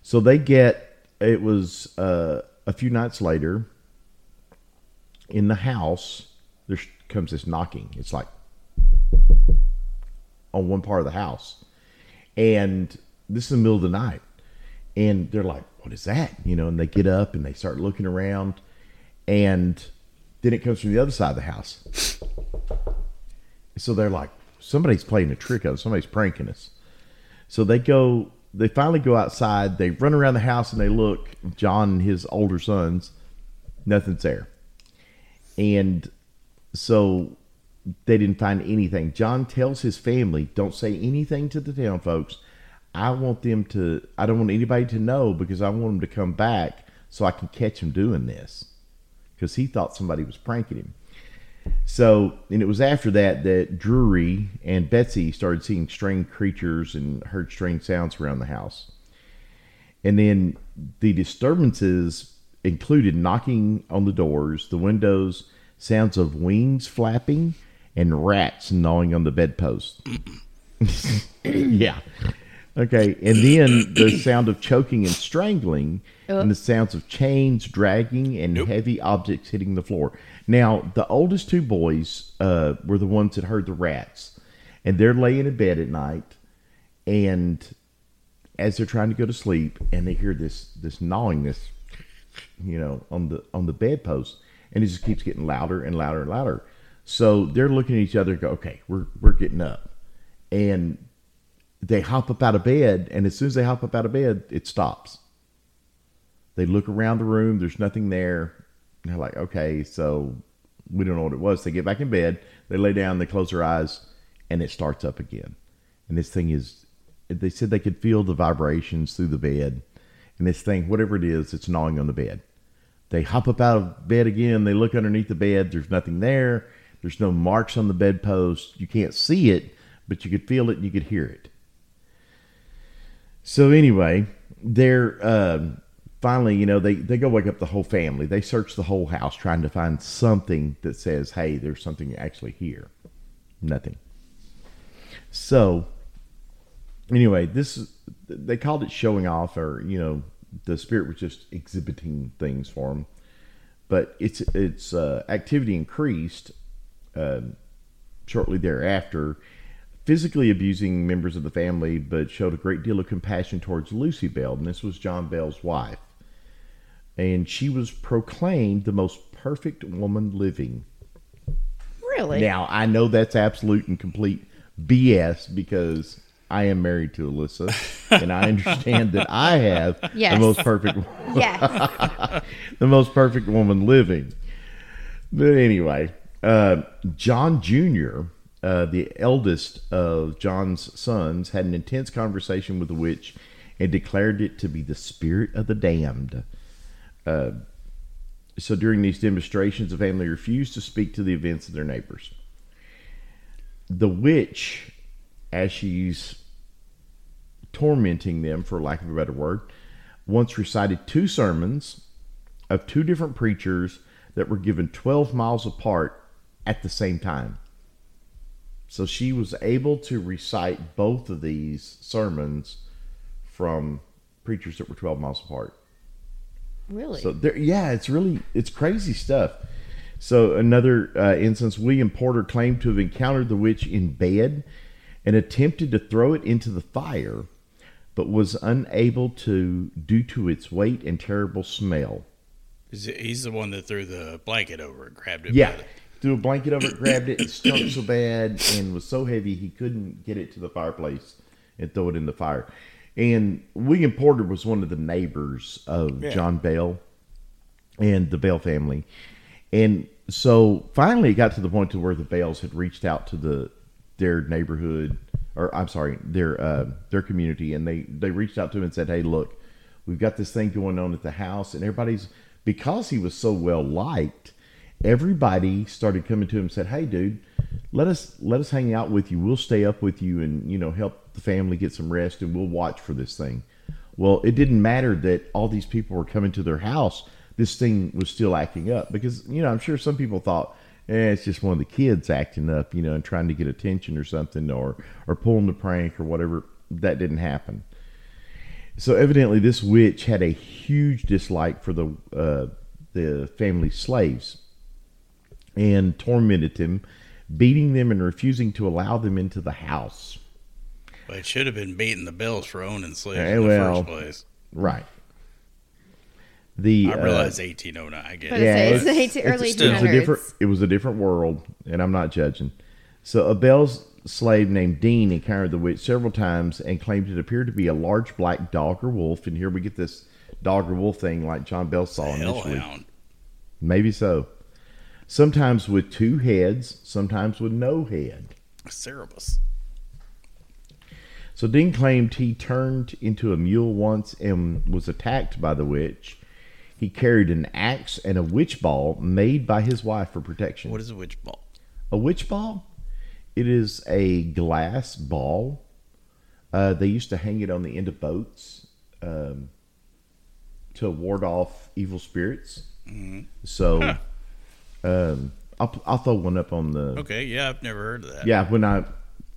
Speaker 1: So they get, it was uh, a few nights later in the house, there comes this knocking. It's like on one part of the house. And this is the middle of the night. And they're like, what is that? You know, and they get up and they start looking around. And then it comes from the other side of the house. So they're like, somebody's playing a trick on us. Somebody's pranking us. So they go, they finally go outside. They run around the house and they look. John and his older sons, nothing's there. And so they didn't find anything. John tells his family, "Don't say anything to the town folks. I want them to. I don't want anybody to know because I want them to come back so I can catch him doing this." Because he thought somebody was pranking him. So, and it was after that that Drury and Betsy started seeing strange creatures and heard strange sounds around the house. And then the disturbances included knocking on the doors, the windows, sounds of wings flapping, and rats gnawing on the bedpost. yeah. Okay. And then the sound of choking and strangling, and the sounds of chains dragging and heavy objects hitting the floor. Now, the oldest two boys uh, were the ones that heard the rats, and they're laying in bed at night, and as they're trying to go to sleep, and they hear this this gnawing, this you know, on the on the bedpost, and it just keeps getting louder and louder and louder. So they're looking at each other, and go, okay, we're we're getting up, and they hop up out of bed, and as soon as they hop up out of bed, it stops. They look around the room, there's nothing there. And they're like, okay, so we don't know what it was. They get back in bed, they lay down, they close their eyes, and it starts up again. And this thing is, they said they could feel the vibrations through the bed. And this thing, whatever it is, it's gnawing on the bed. They hop up out of bed again. They look underneath the bed. There's nothing there. There's no marks on the bedpost. You can't see it, but you could feel it and you could hear it. So anyway, they're um finally, you know, they they go wake up the whole family. They search the whole house trying to find something that says, "Hey, there's something actually here." Nothing. So anyway, this is- they called it showing off, or you know, the spirit was just exhibiting things for them. But its its uh, activity increased um shortly thereafter, physically abusing members of the family, but showed a great deal of compassion towards Lucy Bell, and this was John Bell's wife. And she was proclaimed the most perfect woman living.
Speaker 2: Really?
Speaker 1: Now I know that's absolute and complete BS because I am married to Alyssa, and I understand that I have
Speaker 2: Yes.
Speaker 1: the most perfect,
Speaker 2: Yes.
Speaker 1: the most perfect woman living. But anyway, uh, John Jr., uh, the eldest of John's sons, had an intense conversation with the witch and declared it to be the spirit of the damned. Uh, So during these demonstrations, the family refused to speak to the events of their neighbors. The witch, as she's tormenting them, for lack of a better word, once recited two sermons of two different preachers that were given 12 miles apart at the same time. So she was able to recite both of these sermons from preachers that were 12 miles apart.
Speaker 2: really?
Speaker 1: So there, yeah, it's really it's crazy stuff. So another uh, instance, William Porter claimed to have encountered the witch in bed and attempted to throw it into the fire, but was unable to due to its weight and terrible smell.
Speaker 3: Is it- He's the one that threw the blanket over and grabbed it.
Speaker 1: Yeah,
Speaker 3: by the-
Speaker 1: threw a blanket over it, grabbed it, it stunk so bad and was so heavy he couldn't get it to the fireplace and throw it in the fire. And William Porter was one of the neighbors of John Bell. and the Bell family. And so finally it got to the point to where the Bells had reached out to the their neighborhood or I'm sorry, their uh, their community and they they reached out to him and said, "Hey, look, we've got this thing going on at the house and everybody's because he was so well liked, everybody started coming to him and said, "Hey, dude, let us let us hang out with you. We'll stay up with you and, you know, help the family get some rest and we'll watch for this thing." Well, it didn't matter that all these people were coming to their house. This thing was still acting up because, you know, I'm sure some people thought, eh, it's just one of the kids acting up, you know, and trying to get attention or something or, or pulling the prank or whatever. That didn't happen. So evidently, this witch had a huge dislike for the uh, the family slaves, and tormented them, beating them and refusing to allow them into the house.
Speaker 3: But it should have been beating the bells for owning slaves
Speaker 1: Eh,
Speaker 3: in the
Speaker 1: well.
Speaker 3: first place.
Speaker 1: Right. The
Speaker 3: I
Speaker 1: uh,
Speaker 3: realize 1809. I get
Speaker 2: But
Speaker 3: it.
Speaker 1: Yeah,
Speaker 2: it's,
Speaker 1: it's-
Speaker 2: it's, the early
Speaker 3: still-
Speaker 1: It was a
Speaker 2: 1800s.
Speaker 1: different. It was a different world, and I'm not judging. So a Bell's slave named Dean encountered the witch several times and claimed it appeared to be a large black dog or wolf. And here we get this dog or wolf thing, like John Bell saw initially.
Speaker 3: Hellhound.
Speaker 1: Maybe so. Sometimes with two heads, sometimes with no head.
Speaker 3: Cerebus.
Speaker 1: So Dean claimed he turned into a mule once and was attacked by the witch. He carried an axe and a witch ball made by his wife for protection.
Speaker 3: What is a witch ball?
Speaker 1: A witch ball? It is a glass ball. Uh, they used to hang it on the end of boats um, to ward off evil spirits. So, um, I'll, I'll throw one up on the.
Speaker 3: Okay, yeah, I've never heard of that.
Speaker 1: Yeah, when I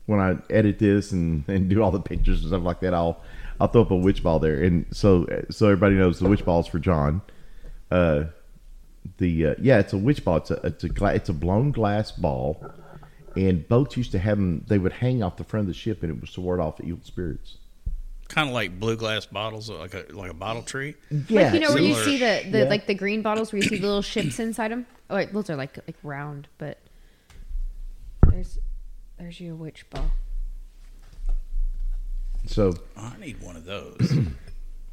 Speaker 1: when I edit this and, and do all the pictures and stuff like that, I'll I'll throw up a witch ball there, and so so everybody knows the witch ball's for John. Uh, the uh, yeah, it's a witch ball. It's a it's a gla- it's a blown glass ball, and boats used to have them. They would hang off the front of the ship, and it was to ward off evil spirits.
Speaker 3: Kind of like blue glass bottles, like a like a bottle tree. Oh,
Speaker 1: Yeah,
Speaker 2: like you know where you
Speaker 3: similar.
Speaker 2: see the, the
Speaker 1: Yeah.
Speaker 2: like the green bottles where you see the little ships inside them. Oh, wait, those are like like round, but there's there's your witch ball.
Speaker 1: so
Speaker 3: I need one of those.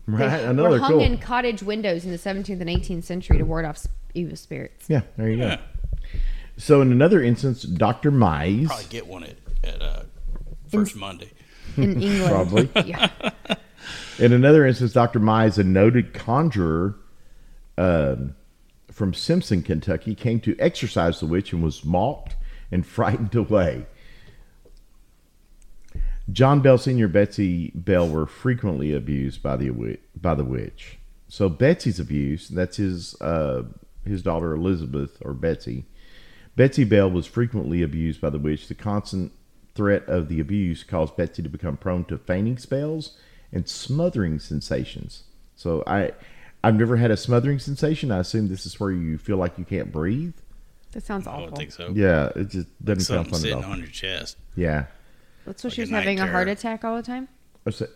Speaker 2: They
Speaker 1: right,
Speaker 2: were
Speaker 1: another
Speaker 2: hung
Speaker 1: cool.
Speaker 2: in cottage windows in the 17th and 18th century to ward off s- evil spirits.
Speaker 1: yeah, there you
Speaker 3: yeah,
Speaker 1: go. So in another instance, Doctor Mize.
Speaker 3: probably get one at at uh, first Monday.
Speaker 2: in England.
Speaker 1: Probably.
Speaker 2: Yeah.
Speaker 1: In another instance, Dr. Mize, a noted conjurer um, from Simpson, Kentucky, came to exorcise the witch and was mocked and frightened away. John Bell Sr. Betsy Bell were frequently abused by the wi- by the witch. So Betsy's abuse, that's his uh, his daughter Elizabeth or Betsy. Betsy Bell was frequently abused by the witch. The constant threat of the abuse caused Betsy to become prone to fainting spells and smothering sensations. So I I've never had a smothering sensation. I assume this is where you feel like you can't breathe.
Speaker 2: That sounds
Speaker 3: I don't
Speaker 2: awful.
Speaker 3: think so.
Speaker 1: Yeah, it just doesn't sound
Speaker 3: Something
Speaker 1: fun at
Speaker 3: sitting
Speaker 1: all.
Speaker 3: on your chest,
Speaker 1: yeah. Oh,
Speaker 2: That's what
Speaker 3: Like
Speaker 2: she
Speaker 3: a
Speaker 2: was
Speaker 3: night
Speaker 2: having a heart
Speaker 3: terror.
Speaker 2: attack all the time.
Speaker 1: What's that?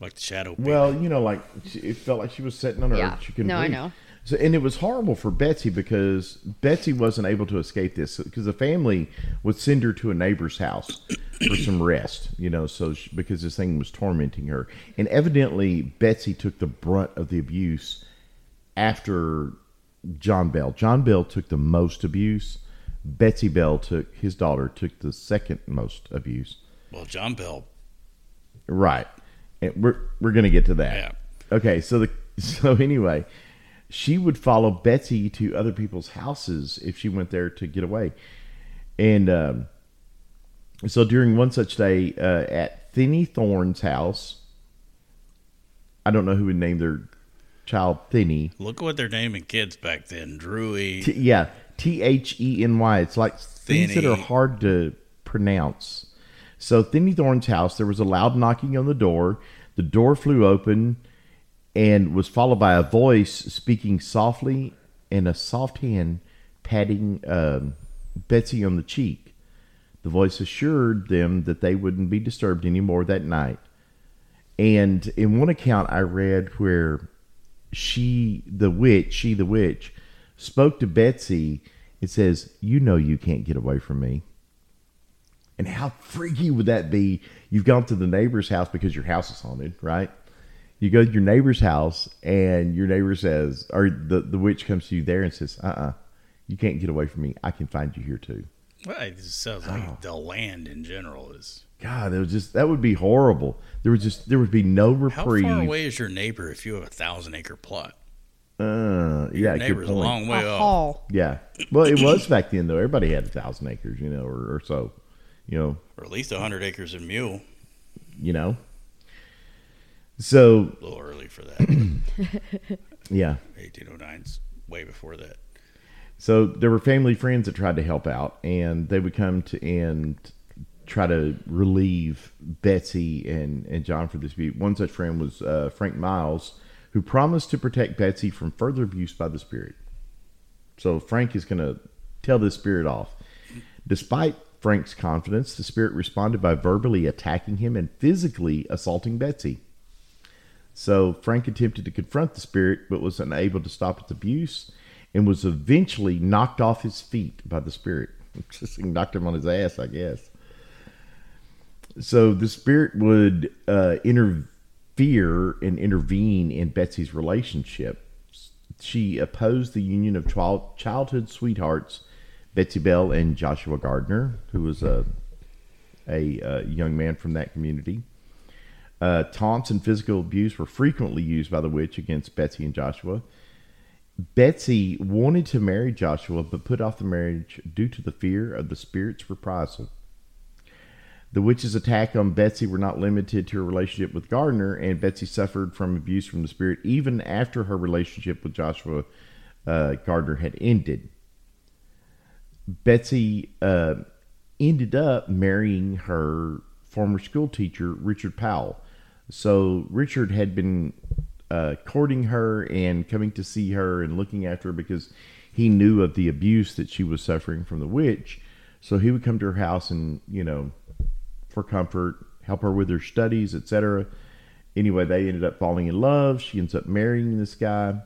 Speaker 3: like the shadow. people.
Speaker 1: Well, you know, like she- it felt like she was sitting on her.
Speaker 2: Yeah.
Speaker 1: She couldn't
Speaker 2: No, I
Speaker 1: breathe.
Speaker 2: know.
Speaker 1: So, and it was horrible for Betsy because Betsy wasn't able to escape this because the family would send her to a neighbor's house for some rest, you know, so she, because this thing was tormenting her. And evidently, Betsy took the brunt of the abuse after John Bell. John Bell took the most abuse. Betsy Bell took his daughter took the second most abuse.
Speaker 3: well, John Bell.
Speaker 1: Right. And we're we're gonna get to that.
Speaker 3: Yeah.
Speaker 1: Okay, so the so anyway, she would follow Betsy to other people's houses if she went there to get away. And um, so during one such day uh, at Thinny Thorne's house, I don't know who would name their child Thinny.
Speaker 3: Look what they're naming kids back then. Drewy.
Speaker 1: T- yeah, T H E N Y. It's like things that
Speaker 3: Thinny.
Speaker 1: are hard to pronounce. So Thinny Thorne's house, there was a loud knocking on the door. The door flew open and was followed by a voice speaking softly and a soft hand patting um, Betsy on the cheek. The voice assured them that they wouldn't be disturbed anymore that night. And in one account I read where she, the witch, she, the witch, spoke to Betsy and says, You know, you can't get away from me. And how freaky would that be? You've gone to the neighbor's house because your house is haunted, right? You go to your neighbor's house and your neighbor says, or the, the witch comes to you there and says, Uh uh-uh, uh, you can't get away from me. I can find you here too.
Speaker 3: Well, it just sounds like
Speaker 1: Oh.
Speaker 3: the land in general is.
Speaker 1: God, that was just that would be horrible. There was just there would be no
Speaker 3: How
Speaker 1: reprieve.
Speaker 3: far away is your neighbor if you have a thousand acre plot?
Speaker 1: Uh, yeah, good
Speaker 3: Your neighbor's a
Speaker 1: point.
Speaker 3: long way
Speaker 2: A
Speaker 3: off.
Speaker 2: hall.
Speaker 1: Yeah. Well, it was back then though. Everybody had a thousand acres, you know, or, or so, you know,
Speaker 3: Or at least a hundred acres in mule.
Speaker 1: you know. So
Speaker 3: A little early for that.
Speaker 1: yeah.
Speaker 3: 1809's way before that.
Speaker 1: So there were family friends that tried to help out, and they would come to and try to relieve Betsy and and John for this abuse. One such friend was uh, Frank Miles, who promised to protect Betsy from further abuse by the spirit. So Frank is going to tell this spirit off. Despite Frank's confidence, the spirit responded by verbally attacking him and physically assaulting Betsy. So Frank attempted to confront the spirit, but was unable to stop its abuse and was eventually knocked off his feet by the spirit. Just knocked him on his ass, I guess. So the spirit would uh, interfere and intervene in Betsy's relationship. She opposed the union of child- childhood sweethearts, Betsy Bell and Joshua Gardner, who was a, a, uh young man from that community. Uh, taunts and physical abuse were frequently used by the witch against Betsy and Joshua. Betsy wanted to marry Joshua, but put off the marriage due to the fear of the spirit's reprisal. The witch's attack on Betsy were not limited to her relationship with Gardner, and Betsy suffered from abuse from the spirit even after her relationship with Joshua uh, Gardner had ended. Betsy uh, ended up marrying her former school teacher, Richard Powell. So Richard had been uh, courting her and coming to see her and looking after her because he knew of the abuse that she was suffering from the witch. So he would come to her house and, you know, for comfort, help her with her studies, etc. Anyway, they ended up falling in love. She ends up marrying this guy.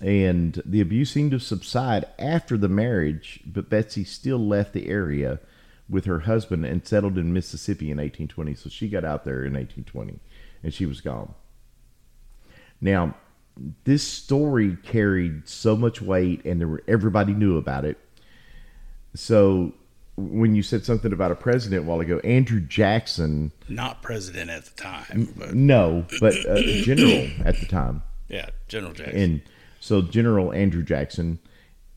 Speaker 1: And the abuse seemed to subside after the marriage, but Betsy still left the area with her husband and settled in Mississippi in 1820. So she got out there in 1820 and she was gone. Now, this story carried so much weight and there were, everybody knew about it. So when you said something about a president a while ago, Andrew Jackson,
Speaker 3: Not president at the
Speaker 1: Mm,
Speaker 3: time, but
Speaker 1: no, but uh, general at the time.
Speaker 3: yeah, General Jackson.
Speaker 1: And so General Andrew Jackson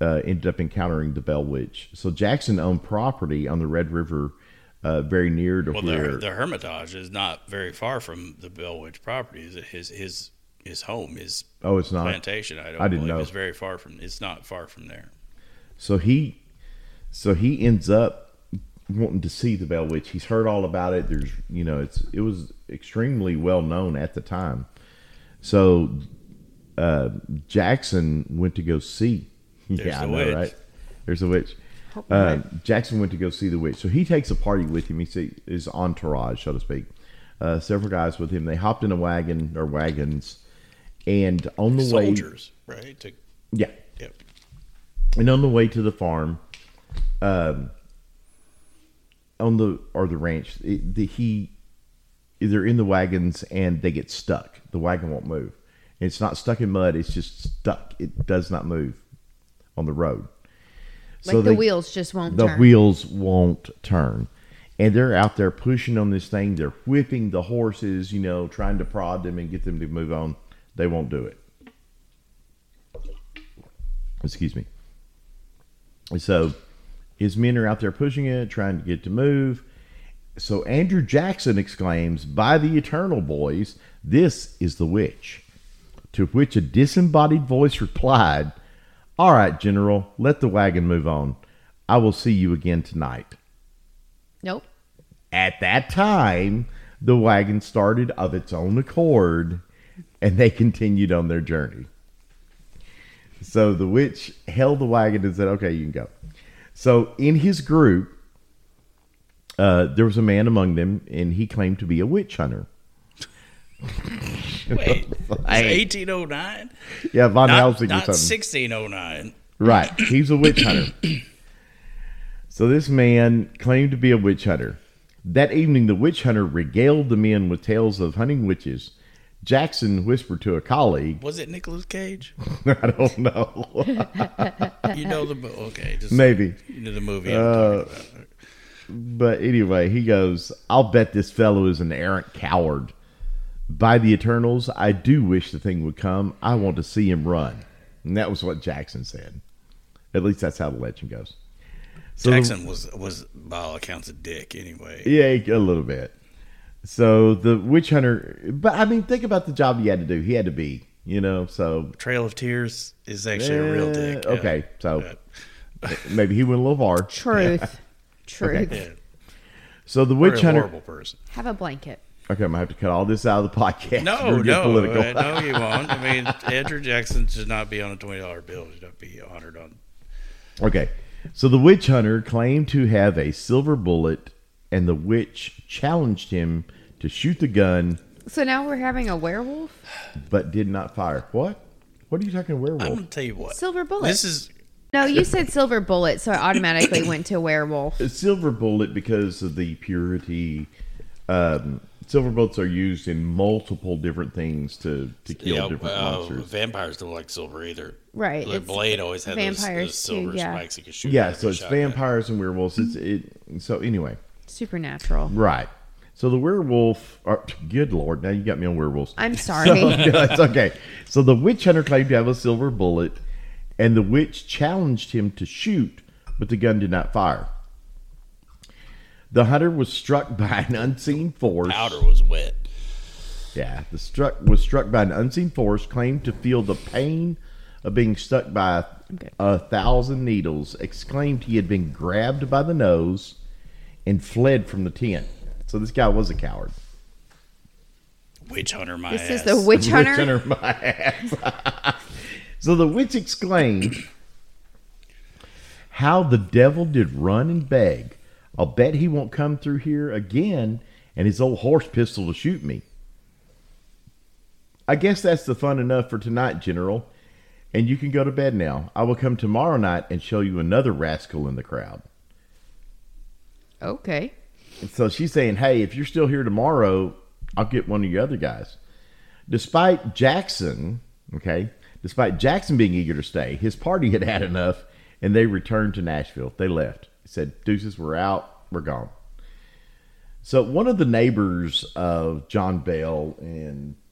Speaker 1: uh, ended up encountering the Bell Witch. So Jackson owned property on the Red River, uh, very near to
Speaker 3: well,
Speaker 1: where.
Speaker 3: the, the Hermitage is not very far from the Bellwitch properties. His his his home, his
Speaker 1: oh, it's not.
Speaker 3: plantation. I don't
Speaker 1: I didn't
Speaker 3: believe
Speaker 1: know.
Speaker 3: is very far from. It's not far from there.
Speaker 1: So he, so he ends up wanting to see the Bell Witch. He's heard all about it. There's, you know, it's it was extremely well known at the time. So uh, Jackson went to go see. yeah, I
Speaker 3: the
Speaker 1: know,
Speaker 3: witch.
Speaker 1: right? There's a witch. Uh, Jackson went to go see the witch. So he takes a party with him. He see his entourage, so to speak. Uh, several guys with him. They hopped in a wagon or wagons, and on the way,
Speaker 3: Soldiers, right? To,
Speaker 1: yeah,
Speaker 3: yep.
Speaker 1: and on the way to the farm, um, on the or the ranch, it, the, he they're in the wagons and they get stuck. The wagon won't move. It's not stuck in mud. It's just stuck. It does not move on the road.
Speaker 2: Like the wheels just won't
Speaker 1: The
Speaker 2: turn.
Speaker 1: wheels won't turn. And they're out there pushing on this thing. They're whipping the horses, you know, trying to prod them and get them to move on. They won't do it. Excuse me. So his men are out there pushing it, trying to get it to move. So Andrew Jackson exclaims, By the eternal boys, this is the witch. To which a disembodied voice replied, All right, General, let the wagon move on. I will see you again tonight.
Speaker 2: Nope.
Speaker 1: At that time, the wagon started of its own accord and they continued on their journey. So the witch held the wagon and said, Okay, you can go. So in his group, uh, there was a man among them and he claimed to be a witch hunter.
Speaker 3: Wait, eighteen oh nine.
Speaker 1: Yeah, Von
Speaker 3: Not
Speaker 1: Helsing or
Speaker 3: not
Speaker 1: something.
Speaker 3: sixteen oh nine.
Speaker 1: Right. He's a witch hunter. so this man claimed to be a witch hunter. That evening, the witch hunter regaled the men with tales of hunting witches. Jackson whispered to a colleague,
Speaker 3: Was it Nicolas Cage?
Speaker 1: I don't know,
Speaker 3: You know the mo- okay, just
Speaker 1: maybe. Uh,
Speaker 3: you know the movie. I'm talking about.
Speaker 1: But anyway, he goes, I'll bet this fellow is an errant coward. By the Eternals, I do wish the thing would come. I want to see him run. And that was what Jackson said. At least that's how the legend goes. So the-
Speaker 3: Jackson was was by all accounts a dick anyway.
Speaker 1: Yeah, a little bit. So the witch hunter, but I mean, think about the job he had to do. He had to be, you know. So
Speaker 3: Trail of Tears is actually a real dick.
Speaker 1: Eh,
Speaker 3: yeah.
Speaker 1: Okay, so
Speaker 3: Yeah.
Speaker 1: maybe he went a little far.
Speaker 2: Truth. Truth.
Speaker 3: Yeah.
Speaker 1: So the
Speaker 3: What
Speaker 1: witch
Speaker 3: a
Speaker 1: hunter.
Speaker 3: horrible person.
Speaker 2: Have a blanket.
Speaker 1: Okay, I'm gonna have to cut all this out of the podcast.
Speaker 3: No,
Speaker 1: We're getting
Speaker 3: no,
Speaker 1: political.
Speaker 3: uh, no, you won't. I mean, Andrew Jackson should not be on a twenty dollar bill. He should be honored on.
Speaker 1: Okay. So the witch hunter claimed to have a silver bullet, and the witch challenged him to shoot the gun,
Speaker 2: So now we're having a werewolf?
Speaker 1: but did not fire. What? What are you talking werewolf?
Speaker 3: I'm gonna tell you what.
Speaker 2: Silver bullet.
Speaker 3: This is
Speaker 2: no, you said silver bullet, so I automatically went to werewolf.
Speaker 1: a silver bullet because of the purity. Um, silver bullets are used in multiple different things to to kill
Speaker 3: yeah,
Speaker 1: different
Speaker 3: uh,
Speaker 1: monsters.
Speaker 3: vampires don't like silver either.
Speaker 2: Right,
Speaker 3: The
Speaker 2: it's
Speaker 3: blade always had those,
Speaker 2: vampires
Speaker 3: those silver
Speaker 2: too, yeah.
Speaker 3: spikes he could shoot.
Speaker 1: Yeah,
Speaker 3: with
Speaker 1: so
Speaker 3: a
Speaker 1: it's
Speaker 3: shotgun.
Speaker 1: vampires and werewolves. It's it. So anyway,
Speaker 2: Supernatural.
Speaker 1: right. So the werewolf, or, good lord, now you got me on werewolves.
Speaker 2: I'm sorry.
Speaker 1: it's okay. So the witch hunter claimed to have a silver bullet, and the witch challenged him to shoot, but the gun did not fire. The hunter was struck by an unseen force.
Speaker 3: Powder was wet.
Speaker 1: Yeah, the struck was struck by an unseen force, claimed to feel the pain of being stuck by
Speaker 2: Okay.
Speaker 1: a thousand needles, exclaimed he had been grabbed by the nose, and fled from the tent. So this guy was a coward.
Speaker 3: Witch hunter my
Speaker 2: this
Speaker 3: ass.
Speaker 2: is the witch hunter.
Speaker 1: Witch hunter my ass. so the witch exclaimed, How the devil did run and beg. I'll bet he won't come through here again and his old horse pistol to shoot me. I guess that's the fun enough for tonight, General. And you can go to bed now. I will come tomorrow night and show you another rascal in the crowd.
Speaker 2: Okay.
Speaker 1: So she's saying, hey, if you're still here tomorrow, I'll get one of your other guys. Despite Jackson, okay, despite Jackson being eager to stay, his party had had enough and they returned to Nashville. They left. Said, deuces, we're out, we're gone. So one of the neighbors of John Bell and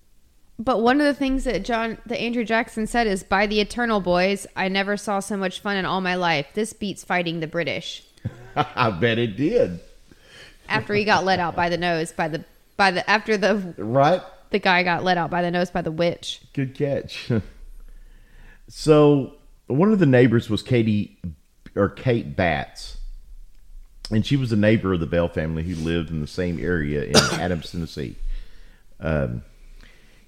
Speaker 2: But one of the things that John, that Andrew Jackson said is, "By the eternal, boys! I never saw so much fun in all my life. This beats fighting the British."
Speaker 1: I bet it did,
Speaker 2: After he got let out by the nose by the by the after the
Speaker 1: right?
Speaker 2: the guy got let out by the nose by the witch.
Speaker 1: Good catch. so one of the neighbors was Katie or Kate Batts, and she was a neighbor of the Bell family who lived in the same area in Adams, Tennessee. Um,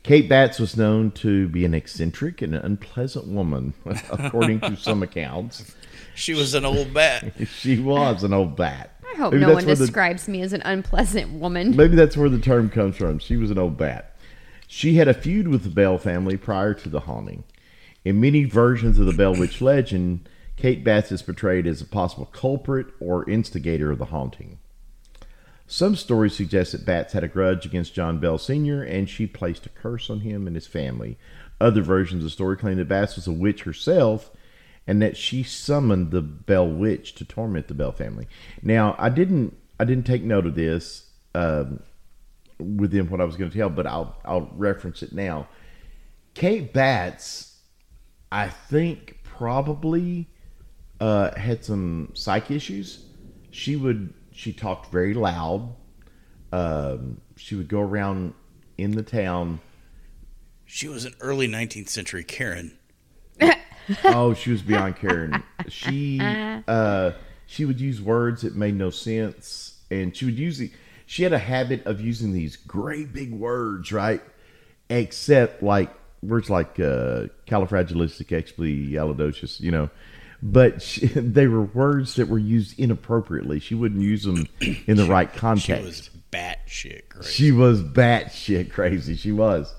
Speaker 1: Kate Batts was known to be an eccentric and an unpleasant woman, according to some accounts.
Speaker 3: She was an old bat.
Speaker 1: She was an old bat.
Speaker 2: I hope
Speaker 1: Maybe
Speaker 2: no
Speaker 1: that's
Speaker 2: one
Speaker 1: where the-
Speaker 2: describes me as an unpleasant woman.
Speaker 1: Maybe that's where the term comes from. She was an old bat. She had a feud with the Bell family prior to the haunting. In many versions of the Bell Witch legend, Kate Batts is portrayed as a possible culprit or instigator of the haunting. Some stories suggest that Batts had a grudge against John Bell Sr., and she placed a curse on him and his family. Other versions of the story claim that Batts was a witch herself and that she summoned the Bell Witch to torment the Bell family. Now, I didn't I didn't take note of this um, within what I was going to tell, but I'll I'll reference it now. Kate Batts, I think probably uh, had some psych issues. She would she talked very loud. Um, she would go around in the town.
Speaker 3: She was an early 19th century Karen.
Speaker 1: Oh, she was beyond Karen. She uh, she would use words that made no sense, and she would use the, she had a habit of using these great big words, right? Except like words like uh, califragilisticexpialidocious, you know. But she, they were words that were used inappropriately. She wouldn't use them in the right
Speaker 3: She
Speaker 1: context.
Speaker 3: was bat shit crazy.
Speaker 1: She was batshit crazy. She was.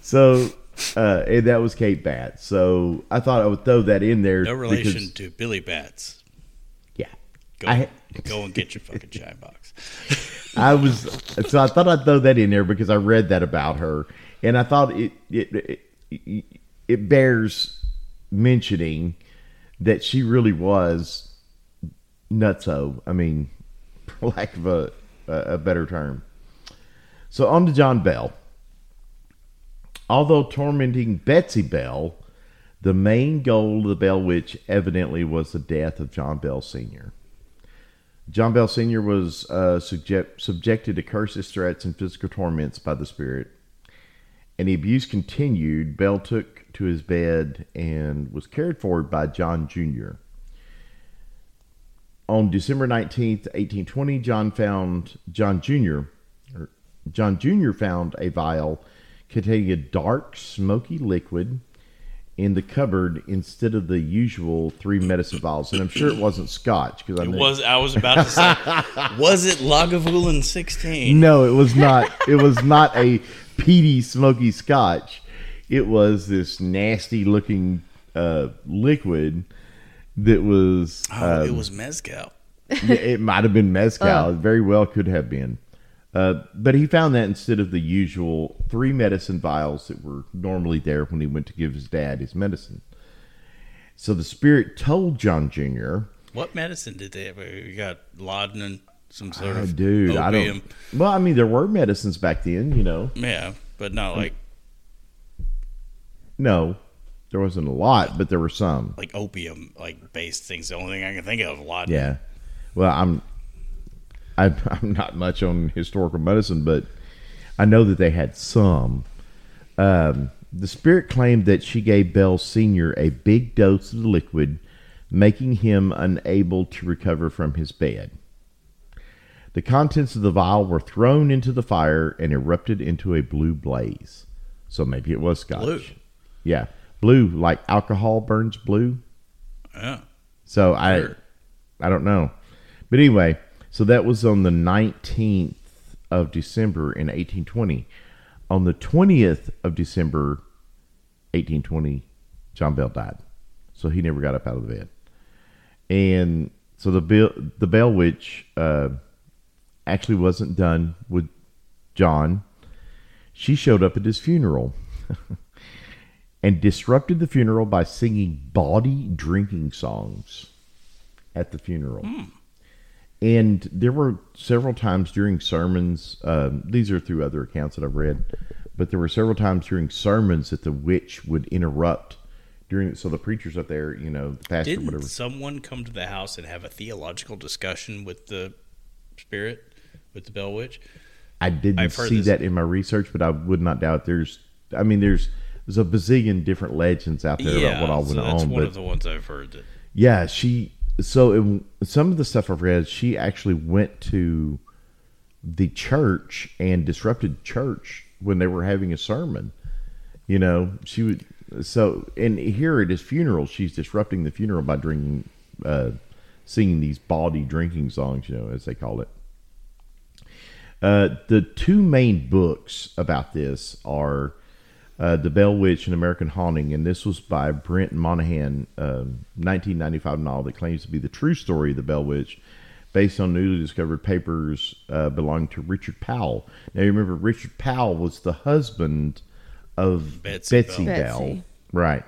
Speaker 1: So, uh, and that was Kate Bat. So I thought I would throw that in there.
Speaker 3: No relation
Speaker 1: because-
Speaker 3: to Billy Bats.
Speaker 1: yeah.
Speaker 3: Go,
Speaker 1: I,
Speaker 3: go and get your fucking chai box.
Speaker 1: I was so I thought I'd throw that in there because I read that about her, and I thought it it it, it bears mentioning that she really was nutso. I mean, for lack of a a better term. So on to John Bell. Although tormenting Betsy Bell, the main goal of the Bell Witch evidently was the death of John Bell Sr. John Bell Sr. was uh, subject, subjected to curses, threats, and physical torments by the spirit. And the abuse continued. Bell took to his bed and was carried forward by John Jr. On December 19th, 1820, John found John Jr. Or John Jr. found a vial containing a dark, smoky liquid in the cupboard instead of the usual three medicine vials. And I'm sure it wasn't scotch because I
Speaker 3: It
Speaker 1: know-
Speaker 3: was I was about to say was it Lagavulin 16?
Speaker 1: No, it was not. It was not a peaty, smoky scotch. It was this nasty looking uh, liquid that was.
Speaker 3: Oh, it was mezcal.
Speaker 1: It might have been mezcal. It very well could have been. Uh, but he found that instead of the usual three medicine vials that were normally there when he went to give his dad his medicine. So the spirit told John Jr.
Speaker 3: What medicine did they have? You got laudanum, Some sort of
Speaker 1: Oh, dude, I
Speaker 3: opium.
Speaker 1: don't. Well, I mean, there were medicines back then, you know.
Speaker 3: Yeah, but not like
Speaker 1: No, there wasn't a lot, but there were some.
Speaker 3: like opium like based things. The only thing I can think of a lot.
Speaker 1: Yeah. Well, I'm I'm, I'm not much on historical medicine, but I know that they had some. Um, the spirit claimed that she gave Bell Sr. a big dose of the liquid, making him unable to recover from his bed. The contents of the vial were thrown into the fire and erupted into a blue blaze. So maybe it was scotch.
Speaker 3: Blue.
Speaker 1: Yeah. Blue, like alcohol burns blue.
Speaker 3: Yeah.
Speaker 1: So I, I don't know, but anyway, so that was on the nineteenth of December in eighteen twenty. On the twentieth of December, eighteen twenty, John Bell died, so he never got up out of the bed. And so the Bill, the Bell Witch, uh, actually wasn't done with John. She showed up at his funeral and disrupted the funeral by singing bawdy drinking songs at the funeral. And there were several times during sermons, um, these are through other accounts that I've read, but there were several times during sermons that the witch would interrupt during, so the preacher's up there, you know, the pastor,
Speaker 3: Didn't
Speaker 1: whatever.
Speaker 3: someone come to the house and have a theological discussion with the spirit, with the Bell Witch?
Speaker 1: I didn't
Speaker 3: I've heard
Speaker 1: see
Speaker 3: this.
Speaker 1: that in my research, but I would not doubt there's, I mean, there's, there's a bazillion different legends out there about what all
Speaker 3: so
Speaker 1: went
Speaker 3: that's
Speaker 1: on,
Speaker 3: one
Speaker 1: but
Speaker 3: of the ones I've heard. That
Speaker 1: Yeah, she. So in some of the stuff I've read, she actually went to the church and disrupted church when they were having a sermon. You know, she would. So and here at his funeral, she's disrupting the funeral by drinking, uh, singing these bawdy drinking songs. You know, as they call it. Uh, the two main books about this are uh, The Bell Witch and American Haunting, and this was by Brent Monahan, um, 1995 novel that claims to be the true story of the Bell Witch, based on newly discovered papers uh, belonging to Richard Powell. Now, you remember, Richard Powell was the husband of
Speaker 3: Betsy
Speaker 1: Betsy,
Speaker 3: Bell.
Speaker 1: Bell.
Speaker 2: Betsy.
Speaker 1: Right.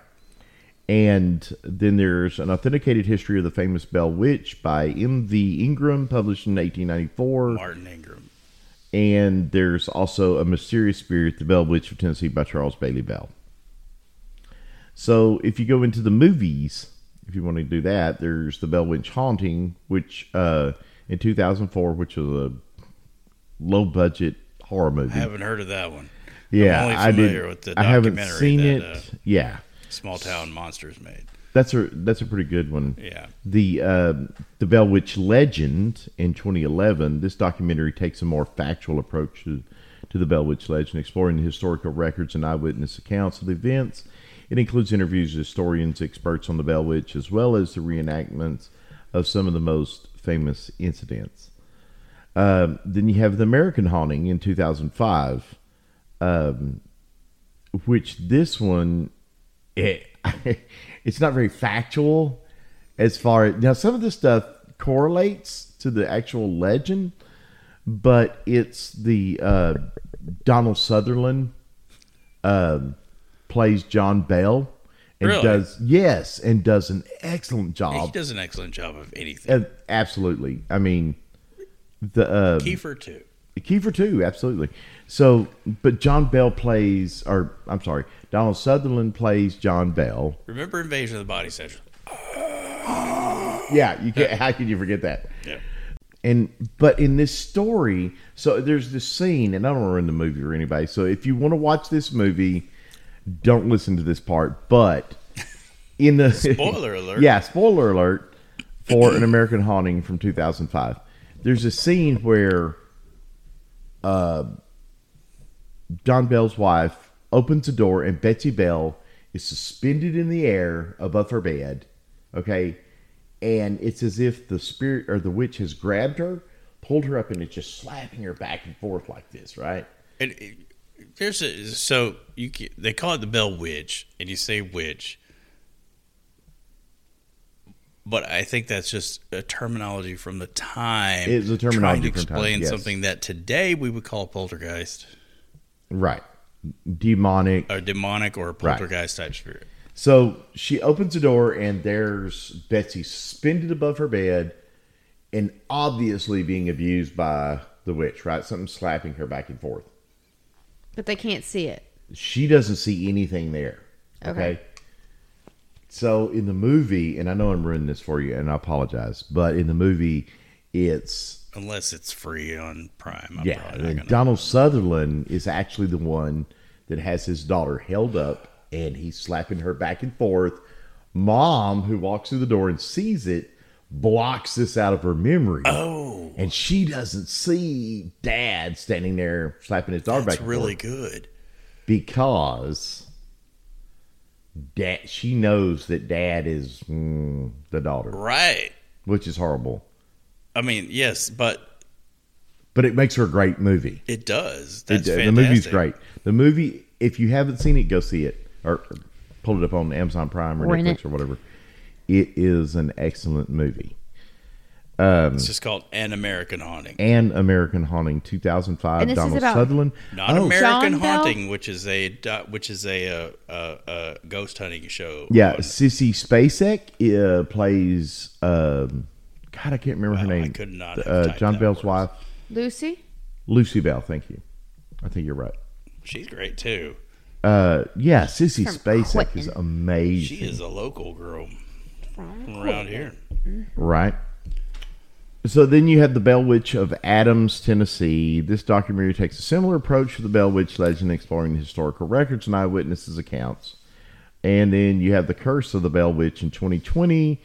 Speaker 1: And then there's an authenticated history of the famous Bell Witch by M.V. Ingram, published in 1894.
Speaker 3: Martin Ingram.
Speaker 1: And there's also A Mysterious Spirit, The Bell Witch of Tennessee by Charles Bailey Bell. So if you go into the movies, if you want to do that, there's The Bell Witch Haunting, which uh, in 2004, which was a low budget horror movie.
Speaker 3: I haven't heard of that one.
Speaker 1: yeah,
Speaker 3: only
Speaker 1: I
Speaker 3: familiar
Speaker 1: did.
Speaker 3: with the
Speaker 1: I haven't
Speaker 3: documentary
Speaker 1: seen
Speaker 3: that,
Speaker 1: it.
Speaker 3: uh,
Speaker 1: yeah,
Speaker 3: Small Town Monsters made.
Speaker 1: that's a that's a pretty good one.
Speaker 3: Yeah.
Speaker 1: the uh, the Bell Witch legend in 2011. This documentary takes a more factual approach to, to the Bell Witch legend, exploring the historical records and eyewitness accounts of the events. It includes interviews with historians, experts on the Bell Witch, as well as the reenactments of some of the most famous incidents. Um, then you have the American Haunting in 2005, um, which this one it it's not very factual as far now some of this stuff correlates to the actual legend but it's the uh, donald sutherland um plays john bell and
Speaker 3: Really?
Speaker 1: does yes and does an excellent
Speaker 3: He
Speaker 1: job
Speaker 3: does an excellent job of anything.
Speaker 1: Uh, absolutely i mean the uh,
Speaker 3: Kiefer too.
Speaker 1: Kiefer too, absolutely. So, but John Bell plays, or I'm sorry, Donald Sutherland plays John Bell.
Speaker 3: Remember Invasion of the Body Snatchers?
Speaker 1: Yeah, you can't. How can you forget that?
Speaker 3: Yeah.
Speaker 1: And but in this story, so there's this scene, and I don't want to ruin the movie or anybody. So if you want to watch this movie, don't listen to this part. But in the
Speaker 3: Spoiler alert.
Speaker 1: yeah, spoiler alert for an American Haunting from 2005. There's a scene where John Bell's wife opens the door and Betsy Bell is suspended in the air above her bed. Okay. And it's as if the spirit or the witch has grabbed her, pulled her up, and it's just slapping her back and forth like this, right?
Speaker 3: And it, there's a so you ca- they call it the Bell Witch, and you say witch, but I think that's just a terminology from the time.
Speaker 1: It's a
Speaker 3: trying to
Speaker 1: terminology from time,
Speaker 3: explain
Speaker 1: yes.
Speaker 3: something that today we would call poltergeist,
Speaker 1: Right. Demonic.
Speaker 3: or demonic, or a
Speaker 1: Right.
Speaker 3: poltergeist type spirit.
Speaker 1: So she opens the door and there's Betsy suspended above her bed and obviously being abused by the witch, right? Something slapping her back and forth.
Speaker 2: But they can't see it.
Speaker 1: She doesn't see anything there. Okay.
Speaker 2: Okay.
Speaker 1: So in the movie, and I know I'm ruining this for you, and I apologize, but in the movie, it's
Speaker 3: Unless it's free on Prime. I'm
Speaker 1: yeah,
Speaker 3: probably not gonna-
Speaker 1: Donald Sutherland is actually the one that has his daughter held up, and he's slapping her back and forth. Mom, who walks through the door and sees it, blocks this out of her memory.
Speaker 3: Oh,
Speaker 1: and she doesn't see dad standing there slapping his daughter
Speaker 3: that's
Speaker 1: back and
Speaker 3: really
Speaker 1: forth
Speaker 3: good.
Speaker 1: because dad she knows that dad is mm, the daughter
Speaker 3: Right.
Speaker 1: which is horrible
Speaker 3: I mean, yes, but
Speaker 1: but it makes her a great movie
Speaker 3: it does.
Speaker 1: It-
Speaker 3: That's
Speaker 1: the
Speaker 3: fantastic.
Speaker 1: movie's great the movie if you haven't seen it go see it or or pull it up on amazon prime or
Speaker 2: Rent
Speaker 1: netflix
Speaker 2: it.
Speaker 1: or whatever it is an excellent movie
Speaker 3: It's just called An American Haunting.
Speaker 1: and american haunting 2005
Speaker 2: And this is
Speaker 1: donald
Speaker 2: about-
Speaker 1: sutherland
Speaker 3: Not
Speaker 1: Oh,
Speaker 3: American
Speaker 2: John Bell?
Speaker 3: Haunting, which is a do- which is a uh, uh, uh, ghost hunting show.
Speaker 1: Yeah,
Speaker 3: on-
Speaker 1: Sissy Spacek uh, plays. Um, God, I can't remember her
Speaker 3: Wow, I
Speaker 1: name.
Speaker 3: could not have
Speaker 1: Uh,
Speaker 3: typed
Speaker 1: John
Speaker 3: that
Speaker 1: Bell's
Speaker 3: word.
Speaker 1: wife,
Speaker 2: Lucy?
Speaker 1: Lucy Bell. Thank you. I think you're right.
Speaker 3: she's great too.
Speaker 1: Uh, yeah, Sissy
Speaker 2: From
Speaker 1: Spacek
Speaker 2: Quentin.
Speaker 1: is
Speaker 3: She
Speaker 1: amazing,
Speaker 3: is a local girl from around here.
Speaker 1: right? So then you have the Bell Witch of Adams, Tennessee. This documentary takes a similar approach to the Bell Witch legend, exploring historical records and eyewitnesses' accounts. And then you have the Curse of the Bell Witch in 2020.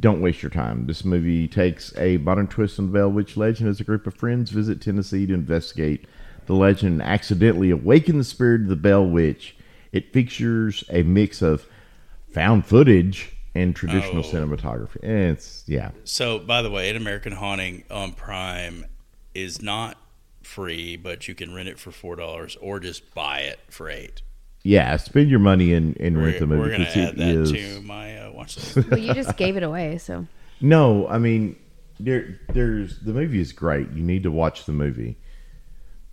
Speaker 1: Don't waste your time. This movie takes a modern twist on the Bell Witch legend as a group of friends visit Tennessee to investigate the legend and accidentally awaken the spirit of the Bell Witch. It features a mix of found footage and traditional
Speaker 3: Oh.
Speaker 1: cinematography. And It's yeah.
Speaker 3: So, by the way, An American Haunting on Prime is not free, but you can rent it for four dollars or just buy it for eight.
Speaker 1: Yeah, spend your money and, and rent
Speaker 3: We're,
Speaker 1: the movie.
Speaker 3: we're gonna
Speaker 1: 'cause it
Speaker 3: add that
Speaker 1: is-
Speaker 3: to my uh, watch list.
Speaker 2: Well, you just gave it away, so.
Speaker 1: No, I mean there there's the movie is great. You need to watch the movie.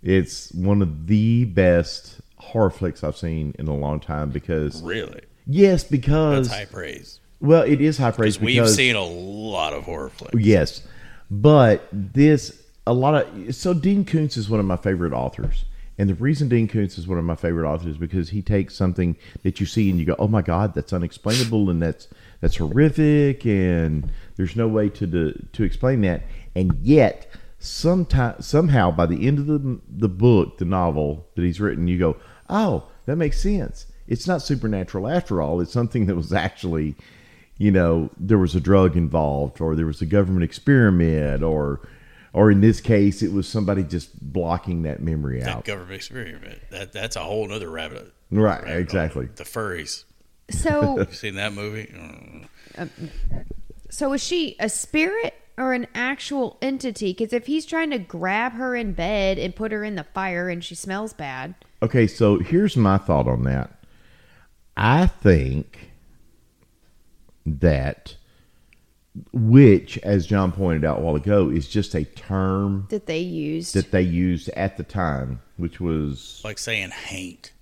Speaker 1: It's one of the best horror flicks I've seen in a long time because
Speaker 3: really,
Speaker 1: yes,
Speaker 3: that's
Speaker 1: because
Speaker 3: high praise.
Speaker 1: well, it is high praise
Speaker 3: We've
Speaker 1: because
Speaker 3: seen a lot of horror flicks.
Speaker 1: yes, but this a lot of so Dean Koontz is one of my favorite authors. And the reason Dean Koontz is one of my favorite authors is because he takes something that you see and you go, "Oh my God, that's unexplainable and that's that's horrific and there's no way to to, to explain that." And yet, sometime somehow by the end of the the book, the novel that he's written, you go, "Oh, that makes sense. It's not supernatural after all. It's something that was actually, you know, there was a drug involved or there was a government experiment or." Or in this case, it was somebody just blocking that memory
Speaker 3: That
Speaker 1: out.
Speaker 3: government experiment. That that's a whole other rabbit.
Speaker 1: Right,
Speaker 3: rabbit hole.
Speaker 1: exactly.
Speaker 3: The furries.
Speaker 2: So,
Speaker 3: You seen that movie? Mm.
Speaker 2: so is she a spirit or an actual entity? Because if he's trying to grab her in bed and put her in the fire and she smells bad,
Speaker 1: Okay, so here's my thought on that. I think that which, as John pointed out a while ago, is just a term
Speaker 2: that they used.
Speaker 1: that they used at the time, which was
Speaker 3: Like saying haint.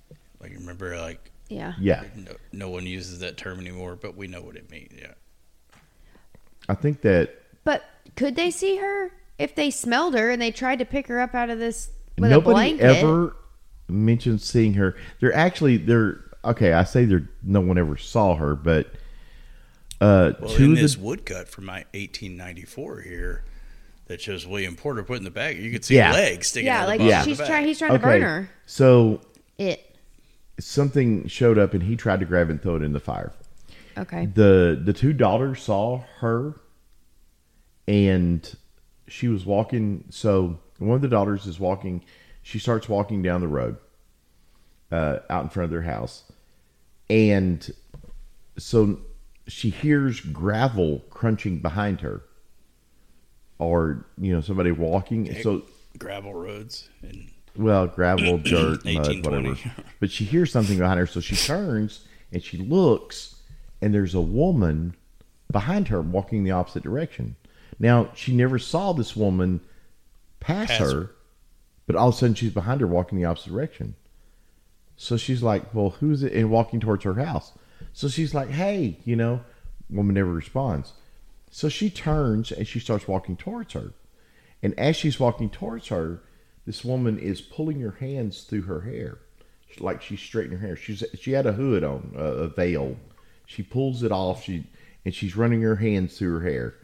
Speaker 3: Like remember like
Speaker 2: yeah.
Speaker 1: yeah.
Speaker 3: no, no one uses that term anymore, but we know what it means. Yeah.
Speaker 1: I think that
Speaker 2: But could they see her if they smelled her and they tried to pick her up out of this with a
Speaker 1: nobody
Speaker 2: blanket?
Speaker 1: ever mentioned seeing her. They're actually they're okay. I say they're no one ever saw her, but uh,
Speaker 3: Well,
Speaker 1: two
Speaker 3: in
Speaker 1: of the
Speaker 3: this woodcut from my 1894 here that shows William Porter put in the bag, you could see
Speaker 1: Yeah.
Speaker 3: legs sticking
Speaker 2: yeah,
Speaker 3: out of
Speaker 2: like
Speaker 3: the bottom of
Speaker 2: she's
Speaker 3: the
Speaker 2: trying.
Speaker 3: bag.
Speaker 2: He's trying to burn
Speaker 1: okay.
Speaker 2: her.
Speaker 1: So
Speaker 2: It.
Speaker 1: something showed up, and he tried to grab it and throw it in the fire.
Speaker 2: Okay.
Speaker 1: the the two daughters saw her and she was walking so one of the daughters is walking she starts walking down the road uh, out in front of their house and so she hears gravel crunching behind her or you know somebody walking and so
Speaker 3: gravel roads and
Speaker 1: well, gravel, dirt, mud,
Speaker 3: 1820.
Speaker 1: whatever. But she hears something behind her, so she turns and she looks, and there's a woman behind her walking the opposite direction. Now, she never saw this woman pass,
Speaker 3: Pass
Speaker 1: her,
Speaker 3: her.
Speaker 1: but all of a sudden she's behind her walking the opposite direction. So she's like, Well, who is it? And walking towards her house. So she's like, Hey, you know, woman never responds. So she turns and she starts walking towards her. And as she's walking towards her, this woman is pulling her hands through her hair, like she's straightening her hair. She's she had a hood on, a, a veil. She pulls it off. She and she's running her hands through her hair.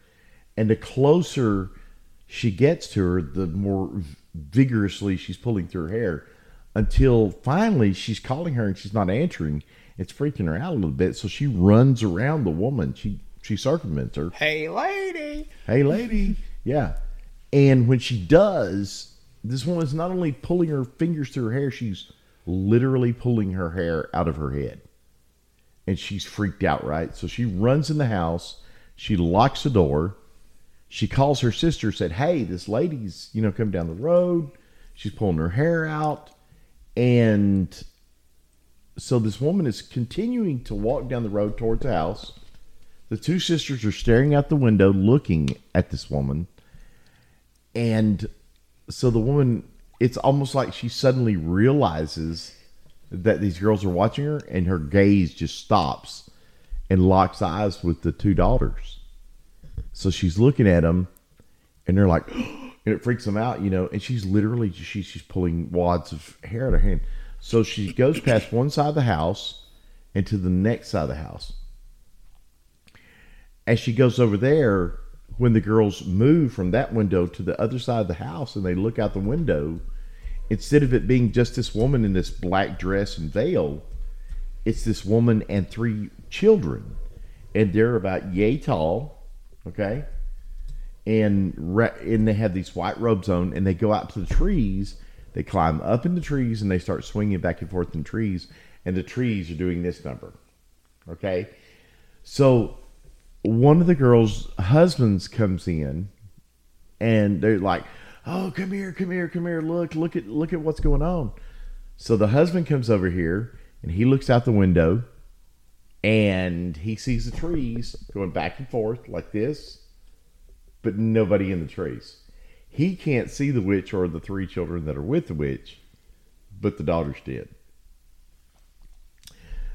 Speaker 1: And the closer she gets to her, the more v- vigorously she's pulling through her hair, until finally she's calling her and she's not answering. It's freaking her out a little bit, so she runs around the woman. She she circumvents her
Speaker 3: Hey, lady.
Speaker 1: hey lady yeah and when she does this woman's not only pulling her fingers through her hair she's literally pulling her hair out of her head and she's freaked out right so she runs in the house she locks the door she calls her sister said hey this lady's you know come down the road she's pulling her hair out and so this woman is continuing to walk down the road towards the house the two sisters are staring out the window looking at this woman. And so the woman, it's almost like she suddenly realizes that these girls are watching her, and her gaze just stops and locks eyes with the two daughters. So she's looking at them, and they're like, and it freaks them out, you know. And she's literally she's she's pulling wads of hair out of her hand. So she goes past one side of the house and to the next side of the house as she goes over there, when the girls move from that window to the other side of the house and they look out the window, instead of it being just this woman in this black dress and veil, it's this woman and three children. And they're about yay tall, okay? And ra- and they have these white robes on, and they go out to the trees. They climb up in the trees and they start swinging back and forth in trees. And the trees are doing this number, okay? So one of the girls' husbands comes in, and they're like, "Oh, come here, come here, come here! Look, look at look at what's going on." So the husband comes over here, and he looks out the window, and he sees the trees going back and forth like this, but nobody in the trees. He can't see the witch or the three children that are with the witch, but the daughters did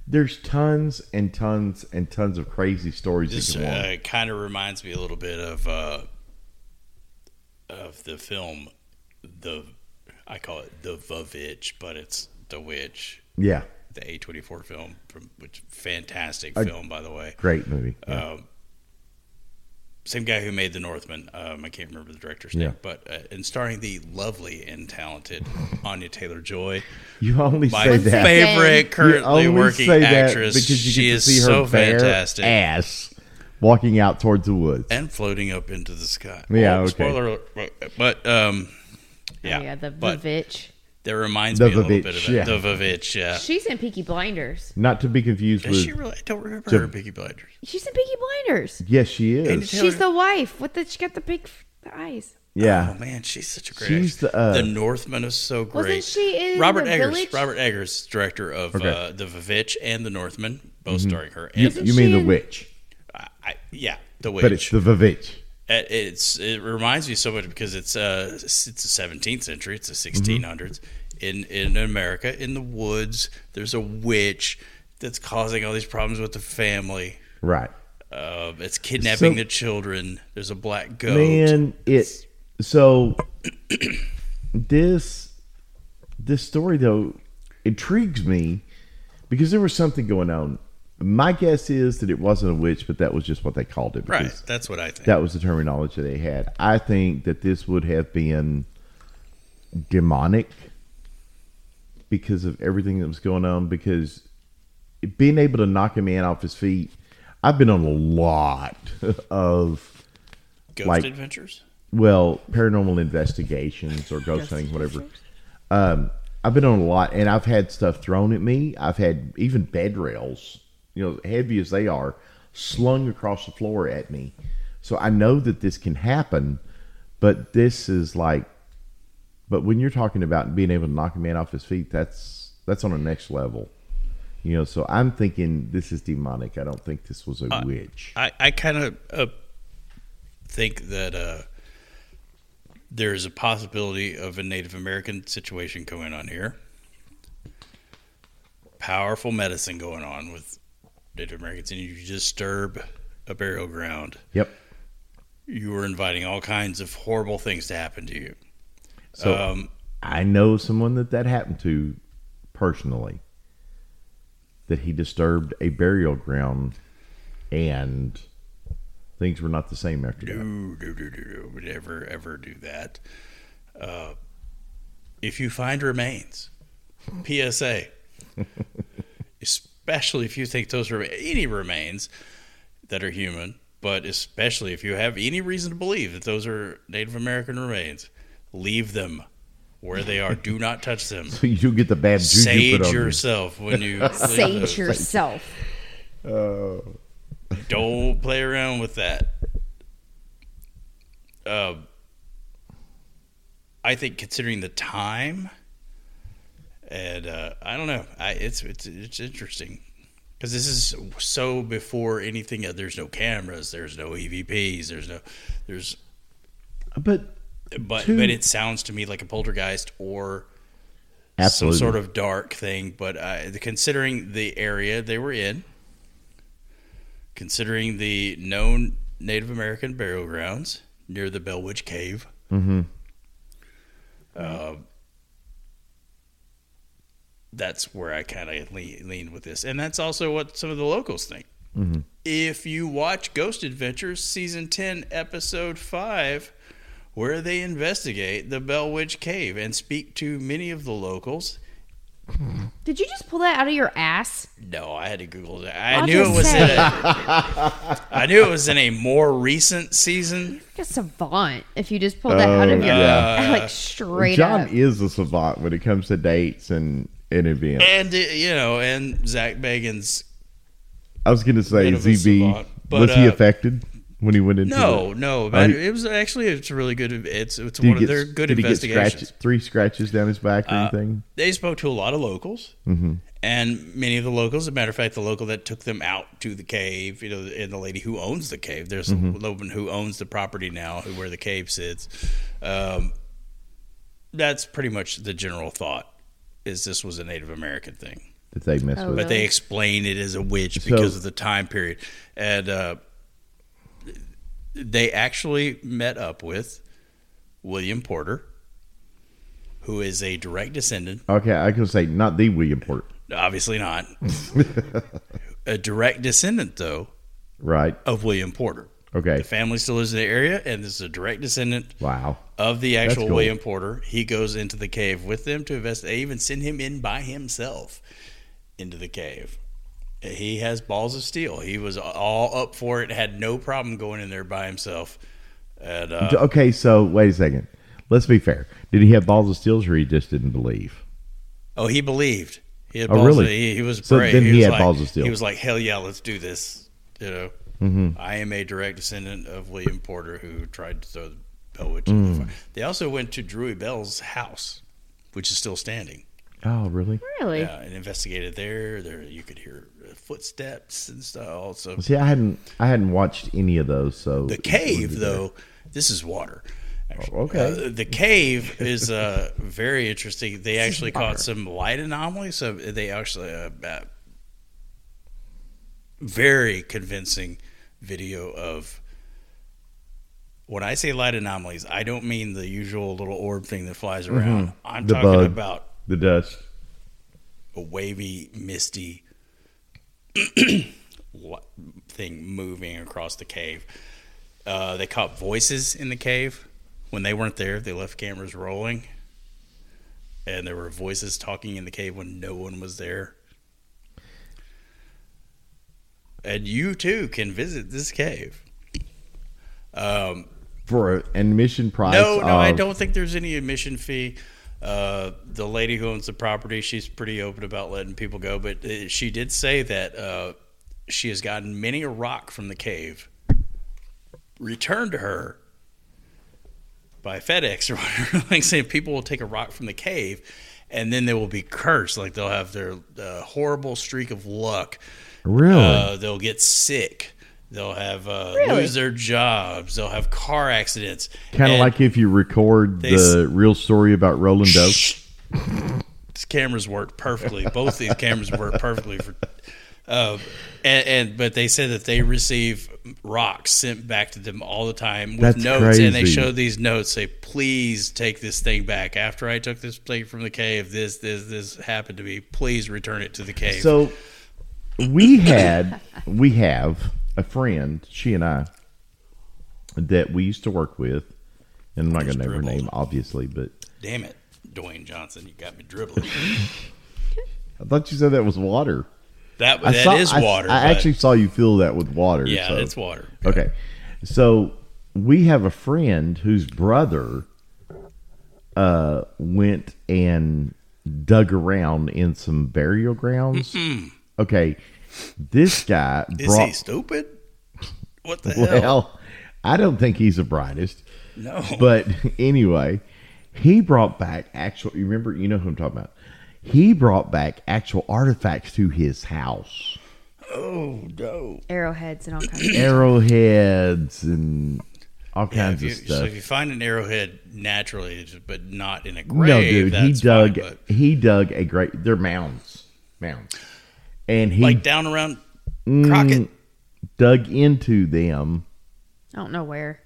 Speaker 1: there's tons and tons and tons of crazy stories that
Speaker 3: This
Speaker 1: can go on.
Speaker 3: uh, kind of reminds me a little bit of uh, of the film, the I call it the Vavitch, but it's the Witch,
Speaker 1: yeah,
Speaker 3: the A twenty four film from which fantastic
Speaker 1: I-
Speaker 3: film by the way.
Speaker 1: great movie. Yeah.
Speaker 3: Um, same guy who made The Northman. Um, I can't remember the director's
Speaker 1: Yeah.
Speaker 3: name, but uh, and starring the lovely and talented Anya Taylor Joy,
Speaker 1: you only
Speaker 3: my
Speaker 1: say that.
Speaker 3: favorite
Speaker 1: You
Speaker 3: currently
Speaker 1: only
Speaker 3: working
Speaker 1: say that
Speaker 3: actress.
Speaker 1: because you
Speaker 3: she
Speaker 1: get to
Speaker 3: is
Speaker 1: see her
Speaker 3: so
Speaker 1: bare
Speaker 3: fantastic.
Speaker 1: ass walking out towards the woods.
Speaker 3: and floating up into the sky. Oh,
Speaker 1: Yeah, okay.
Speaker 3: Spoiler, alert, but um, yeah,
Speaker 2: Oh, yeah, the
Speaker 3: but
Speaker 2: Vavitch.
Speaker 3: that reminds
Speaker 1: The
Speaker 3: me a little bit
Speaker 1: Vavitch,
Speaker 3: of it.
Speaker 1: yeah.
Speaker 3: The Vavitch, yeah.
Speaker 2: She's in Peaky Blinders.
Speaker 1: Not to be confused
Speaker 3: Is
Speaker 1: with.
Speaker 3: she really? I don't remember her, Piggy Blinders.
Speaker 2: She's in Peaky Blinders.
Speaker 1: yes, she
Speaker 3: And
Speaker 1: is.
Speaker 3: it's-
Speaker 2: She's the wife. What the? She got the big f- the eyes.
Speaker 1: yeah,
Speaker 3: Oh man, she's such a great.
Speaker 1: She's
Speaker 3: actress.
Speaker 1: the, uh,
Speaker 3: Northman is so great.
Speaker 2: Wasn't she in
Speaker 3: Robert
Speaker 2: The
Speaker 3: Eggers?
Speaker 2: Village?
Speaker 3: Robert Eggers, director of uh, The Vavitch and The Northman, both
Speaker 1: Mm-hmm.
Speaker 3: starring her.
Speaker 1: you,
Speaker 3: And
Speaker 1: you
Speaker 2: she
Speaker 1: mean the
Speaker 2: in-
Speaker 1: witch,
Speaker 3: I, I, yeah, The Witch.
Speaker 1: but it's the Vavitch.
Speaker 3: it, it's it reminds me so much because it's uh it's the seventeenth century,
Speaker 1: Mm-hmm.
Speaker 3: it's the sixteen in in America in the woods. There's a witch that's causing all these problems with the family.
Speaker 1: Right,
Speaker 3: Uh, it's kidnapping
Speaker 1: So-
Speaker 3: the children. There's a black goat.
Speaker 1: man. It so this this story though intrigues me because there was something going on. My guess is that it wasn't a witch, but that was just what they called it.
Speaker 3: right?
Speaker 1: because
Speaker 3: That's what I think.
Speaker 1: that was the terminology they had. I think that this would have been demonic because of everything that was going on. Because being able to knock a man off his feet, I've been on a lot of
Speaker 3: Ghost
Speaker 1: like-
Speaker 3: Adventures.
Speaker 1: well paranormal investigations or ghost hunting, whatever. Um, I've been on a lot, and I've had stuff thrown at me. I've had even bed rails, you know, heavy as they are, slung across the floor at me. So I know that this can happen, but this is like, but when you're talking about being able to knock a man off his feet, that's that's on a next level, you know. So I'm thinking this is demonic. I don't think this was a witch.
Speaker 3: I, I kind of uh, think that uh, there is a possibility of a Native American situation going on here. Powerful medicine going on with Native Americans, and you just disturb a burial ground
Speaker 1: Yep.
Speaker 3: you were inviting all kinds of horrible things to happen to you.
Speaker 1: So
Speaker 3: um,
Speaker 1: I know someone that that happened to personally. That he disturbed a burial ground, and things were not the same after that.
Speaker 3: do, do, do, do, do, would ever, ever do that. Uh, if you find remains, PSA, especially if you think those are any remains that are human, but especially if you have any reason to believe that those are Native American remains, leave them where they are. do not touch them.
Speaker 1: So you do get the bad juju put
Speaker 3: Sage
Speaker 1: on you.
Speaker 3: yourself when you leave
Speaker 2: Sage
Speaker 3: those.
Speaker 2: yourself.
Speaker 3: Don't play around with that. Uh, I think considering the time, and uh, I don't know, I, it's it's it's interesting because this is so before anything. There's no cameras. There's no EVPs. There's no there's
Speaker 1: But
Speaker 3: but
Speaker 1: Two-
Speaker 3: but it sounds to me like a poltergeist or
Speaker 1: absolutely,
Speaker 3: some sort of dark thing. But uh, the- considering the area they were in, considering the known Native American burial grounds near the Bellwitch Cave, uh, that's where I kind of lean, lean with this, and that's also what some of the locals think. If you watch Ghost Adventures season ten, episode five where they investigate the Bellwitch Cave and speak to many of the locals.
Speaker 2: Did you just pull that out of your ass?
Speaker 3: No, I had to Google that. I
Speaker 2: I'll
Speaker 3: knew it
Speaker 2: just
Speaker 3: was.
Speaker 2: say-
Speaker 3: In a, I knew it was in a more recent season.
Speaker 2: Like a savant. If you just pulled that out of
Speaker 1: Oh,
Speaker 2: your
Speaker 3: yeah.
Speaker 2: like straight
Speaker 1: John
Speaker 2: up.
Speaker 1: is a savant when it comes to dates and and events.
Speaker 3: And uh, you know, and Zach Bagans.
Speaker 1: I was going to say
Speaker 3: Bit of a
Speaker 1: ZB
Speaker 3: savant, but,
Speaker 1: was he
Speaker 3: uh,
Speaker 1: affected when he went into
Speaker 3: No,
Speaker 1: the-
Speaker 3: no,
Speaker 1: Are
Speaker 3: but
Speaker 1: you-
Speaker 3: it was actually it's a really good. It's it's
Speaker 1: Did he
Speaker 3: one
Speaker 1: get-
Speaker 3: of their good
Speaker 1: did he get
Speaker 3: investigations. Uh,
Speaker 1: scratch- three scratches down his back or anything?
Speaker 3: They spoke to a lot of locals, and many of the locals. As a matter of fact, the local that took them out to the cave, you know, and the lady who owns the cave. There's a woman who owns the property now, who where the cave sits. Um, that's pretty much the general thought. Is this was a Native American thing?
Speaker 1: That they messed
Speaker 2: Oh,
Speaker 1: with.
Speaker 3: but they explain it as a witch
Speaker 1: So-
Speaker 3: because of the time period. And uh, they actually met up with William Porter, who is a direct descendant,
Speaker 1: Okay, I can say not the William Port,
Speaker 3: obviously not, a direct descendant, though,
Speaker 1: right?
Speaker 3: of William Porter.
Speaker 1: Okay.
Speaker 3: The family still lives in the area, and this is a direct descendant
Speaker 1: Wow.
Speaker 3: of the actual
Speaker 1: cool.
Speaker 3: William Porter. He goes into the cave with them to investigate. They even send him in by himself into the cave. He has balls of steel. He was all up for it. Had no problem going in there by himself. And uh,
Speaker 1: okay, so wait a second. Let's be fair. Did he have balls of steel or he just didn't believe?
Speaker 3: oh, he believed. He had
Speaker 1: Oh,
Speaker 3: balls of-
Speaker 1: really?
Speaker 3: he, he was
Speaker 1: So
Speaker 3: brave.
Speaker 1: then he
Speaker 3: was
Speaker 1: had
Speaker 3: like,
Speaker 1: balls of steel. Mm-hmm.
Speaker 3: He was like, "Hell yeah, let's do this." You know, I am a direct descendant of William Porter, who tried to throw the Bellwitch. into
Speaker 1: Mm.
Speaker 3: the fire. They also went to Drury Bell's house, which is still standing.
Speaker 1: Oh, really?
Speaker 2: Really?
Speaker 3: Yeah, and investigated there. There, you could hear footsteps and stuff. Also,
Speaker 1: See, I hadn't I hadn't watched any of those, so
Speaker 3: the cave, though, this is water. actually.
Speaker 1: Oh, okay.
Speaker 3: Uh, the cave is uh, very interesting. They actually caught some light anomalies. So they actually uh, uh, very convincing video of. When I say light anomalies, I don't mean the usual little orb thing that flies around. I'm
Speaker 1: Mm-hmm. The
Speaker 3: talking
Speaker 1: bug.
Speaker 3: about
Speaker 1: the dust.
Speaker 3: a wavy, misty wa- thing moving across the cave. Uh, they caught voices in the cave when they weren't there. They left cameras rolling, and there were voices talking in the cave when no one was there. And you too can visit this cave. Um,
Speaker 1: For an admission price.
Speaker 3: no, no, I
Speaker 1: of-
Speaker 3: don't think there's any admission fee. Uh, the lady who owns the property, she's pretty open about letting people go, but uh, she did say that uh, she has gotten many a rock from the cave returned to her by FedEx or whatever, like saying people will take a rock from the cave and then they will be cursed, like they'll have their uh, horrible streak of luck.
Speaker 1: Really?
Speaker 3: Uh, they'll get sick. They'll have uh, lose their jobs. They'll have car accidents.
Speaker 1: Kind of
Speaker 3: And-
Speaker 1: like if you record
Speaker 3: they
Speaker 1: the real story about Roland Doe.
Speaker 3: These cameras work perfectly. Both these cameras work perfectly for Um, and, and but they said that they receive rocks sent back to them all the time with
Speaker 1: That's
Speaker 3: notes, and they
Speaker 1: crazy.
Speaker 3: showed these notes. Say, please take this thing back. After I took this thing from the cave, this this this happened to me. Please return it to the cave.
Speaker 1: So we had we have a friend, she and I, that we used to work with, and I'm not gonna name her
Speaker 3: Dribbled.
Speaker 1: name, obviously, but
Speaker 3: Damn it, Dwayne Johnson, you got me dribbling.
Speaker 1: I thought you said that was water.
Speaker 3: That
Speaker 1: I
Speaker 3: that is
Speaker 1: saw- I-
Speaker 3: water.
Speaker 1: I,
Speaker 3: but-
Speaker 1: actually saw you fill that with water.
Speaker 3: yeah,
Speaker 1: so-
Speaker 3: it's water.
Speaker 1: Okay. So we have a friend whose brother uh, went and dug around in some burial grounds. Okay. This guy
Speaker 3: Mm-hmm. Is he
Speaker 1: brought.
Speaker 3: stupid? What the hell?
Speaker 1: Well, I don't think he's the brightest.
Speaker 3: No.
Speaker 1: But anyway, he brought back actual. You remember, you know who I'm talking about. He brought back actual artifacts to his house
Speaker 3: oh no.
Speaker 2: Arrowheads and all kinds. Of-
Speaker 1: arrowheads and all kinds
Speaker 3: if you,
Speaker 1: of stuff.
Speaker 3: So if you find an arrowhead naturally, it's- but not in a grave,
Speaker 1: No, dude, he
Speaker 3: that's
Speaker 1: dug.
Speaker 3: fine, but-
Speaker 1: he dug a great. They're mounds, mounds, and he Mm,
Speaker 3: like down around Crockett.
Speaker 1: dug into them.
Speaker 2: I don't know where.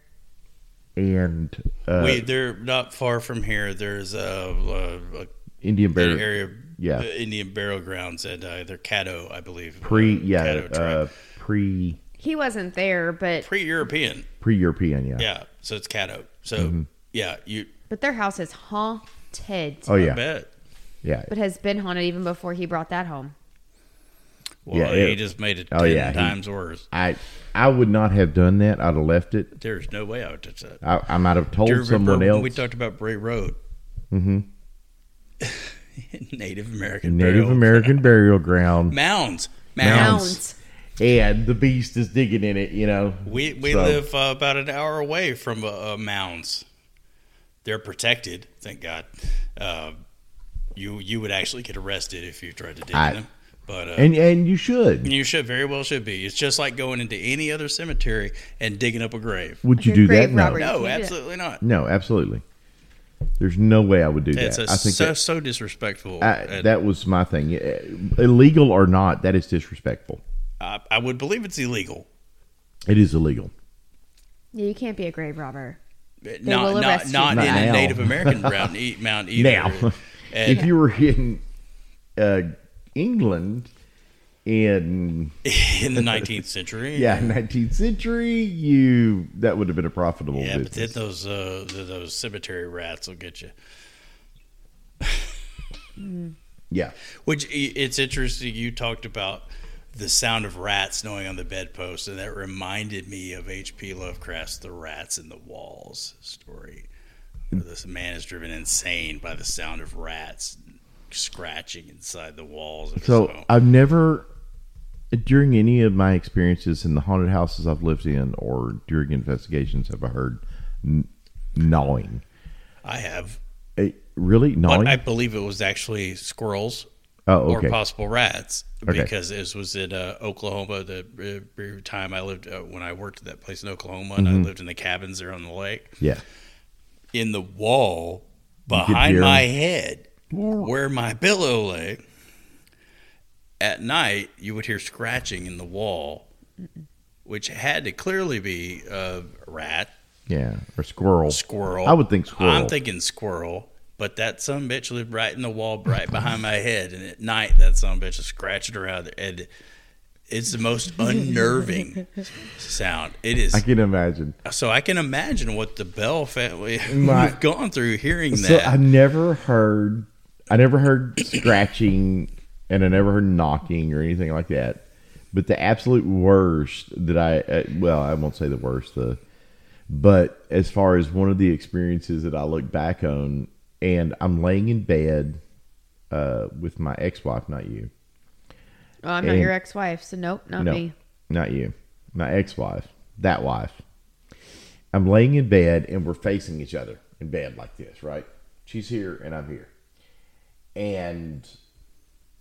Speaker 1: And uh,
Speaker 3: Wait, they're not far from here. There's a, a, a
Speaker 1: Indian
Speaker 3: an
Speaker 1: burial
Speaker 3: area,
Speaker 1: yeah.
Speaker 3: uh, Indian burial grounds, and uh, they're Caddo, I believe.
Speaker 1: pre,
Speaker 3: uh,
Speaker 1: yeah,
Speaker 3: Caddo tribe.
Speaker 1: uh, pre
Speaker 2: He wasn't there, but
Speaker 3: pre-European.
Speaker 1: pre European, yeah.
Speaker 3: Yeah, so it's Caddo. So
Speaker 1: Mm-hmm.
Speaker 3: yeah, you
Speaker 2: but their house is haunted.
Speaker 1: Oh
Speaker 3: I
Speaker 1: yeah,
Speaker 3: bet.
Speaker 1: yeah.
Speaker 2: But has been haunted even before he brought that home.
Speaker 3: Well,
Speaker 1: Yeah,
Speaker 3: he
Speaker 1: it-
Speaker 3: just made it
Speaker 1: oh,
Speaker 3: ten
Speaker 1: yeah, he-
Speaker 3: times worse.
Speaker 1: I I would not have done that. I'd have left it.
Speaker 3: There's no way I would touch that.
Speaker 1: I, I might have told
Speaker 3: Do you remember
Speaker 1: someone
Speaker 3: when
Speaker 1: else.
Speaker 3: we talked about Bray Road? Mm-hmm. Native American.
Speaker 1: Native
Speaker 3: burial.
Speaker 1: American burial ground,
Speaker 3: mounds. Mounds.
Speaker 1: Mounds.
Speaker 2: Mounds.
Speaker 1: and the beast is digging in it. You know,
Speaker 3: We we
Speaker 1: So-
Speaker 3: live uh, about an hour away from uh, uh, mounds. They're protected, thank God. Uh, you you would actually get arrested if you tried to dig
Speaker 1: I-
Speaker 3: in them, but uh,
Speaker 1: and and you should.
Speaker 3: you should very well should be. It's just like going into any other cemetery and digging up a grave.
Speaker 1: Would you
Speaker 2: Like a
Speaker 1: do that?
Speaker 2: grave
Speaker 1: No.
Speaker 2: robbery.
Speaker 3: No,
Speaker 2: can't do that.
Speaker 3: absolutely not.
Speaker 1: No, absolutely. There's no way I would do
Speaker 3: It's
Speaker 1: that.
Speaker 3: a,
Speaker 1: I think
Speaker 3: so
Speaker 1: that,
Speaker 3: so disrespectful.
Speaker 1: I,
Speaker 3: And
Speaker 1: that was my thing. Uh, Illegal or not, that is disrespectful.
Speaker 3: I, I would believe it's illegal.
Speaker 1: It is illegal.
Speaker 2: Yeah, you can't be a grave robber.
Speaker 3: Not
Speaker 2: will
Speaker 3: not
Speaker 2: arrest you.
Speaker 3: not,
Speaker 1: Not
Speaker 3: in a
Speaker 1: now.
Speaker 3: Native American round, e- mound either.
Speaker 1: Now,
Speaker 3: And-
Speaker 1: if you were in uh, England in
Speaker 3: in the 19th century,
Speaker 1: yeah 19th century, you that would have been a profitable
Speaker 3: Yeah, but then
Speaker 1: business.
Speaker 3: those uh, th- those cemetery rats will get you.
Speaker 1: yeah,
Speaker 3: Which i- it's interesting. You talked about the sound of rats gnawing on the bedpost, and that reminded me of H.P. Lovecraft's "The Rats in the Walls" story, where this man is driven insane by the sound of rats scratching inside the walls. Of his
Speaker 1: so
Speaker 3: home.
Speaker 1: I've never during any of my experiences in the haunted houses I've lived in or during investigations have I heard n- gnawing.
Speaker 3: I have,
Speaker 1: Uh, really
Speaker 3: but
Speaker 1: gnawing?
Speaker 3: I believe it was actually squirrels
Speaker 1: oh, okay.
Speaker 3: or possible rats
Speaker 1: Okay.
Speaker 3: because this was in uh, Oklahoma. The uh, brief time I lived uh, when I worked at that place in Oklahoma, and
Speaker 1: Mm-hmm.
Speaker 3: I lived in the cabins there on the lake.
Speaker 1: yeah.
Speaker 3: In the wall
Speaker 1: could
Speaker 3: behind
Speaker 1: hear
Speaker 3: my head,
Speaker 1: Yeah.
Speaker 3: where my pillow lay, at night you would hear scratching in the wall, which had to clearly be a rat,
Speaker 1: Yeah, or squirrel.
Speaker 3: squirrel.
Speaker 1: I would think squirrel.
Speaker 3: I'm thinking squirrel, but that some bitch lived right in the wall, right behind my head, and at night that some bitch is scratching around, and it's the most unnerving sound. It is.
Speaker 1: I can imagine.
Speaker 3: so I can imagine what the Bell family
Speaker 1: My-
Speaker 3: have gone through hearing
Speaker 1: So
Speaker 3: that.
Speaker 1: I never heard, I never heard scratching, and I never heard knocking or anything like that. But the absolute worst that I, uh, well, I won't say the worst, the, but as far as one of the experiences that I look back on, and I'm laying in bed uh, with my ex-wife, not you,
Speaker 2: Well, I'm not
Speaker 1: And-
Speaker 2: your ex-wife, so nope, not
Speaker 1: no,
Speaker 2: me.
Speaker 1: not you. My ex-wife, that wife. I'm laying in bed and we're facing each other in bed like this, right? She's here and I'm here. And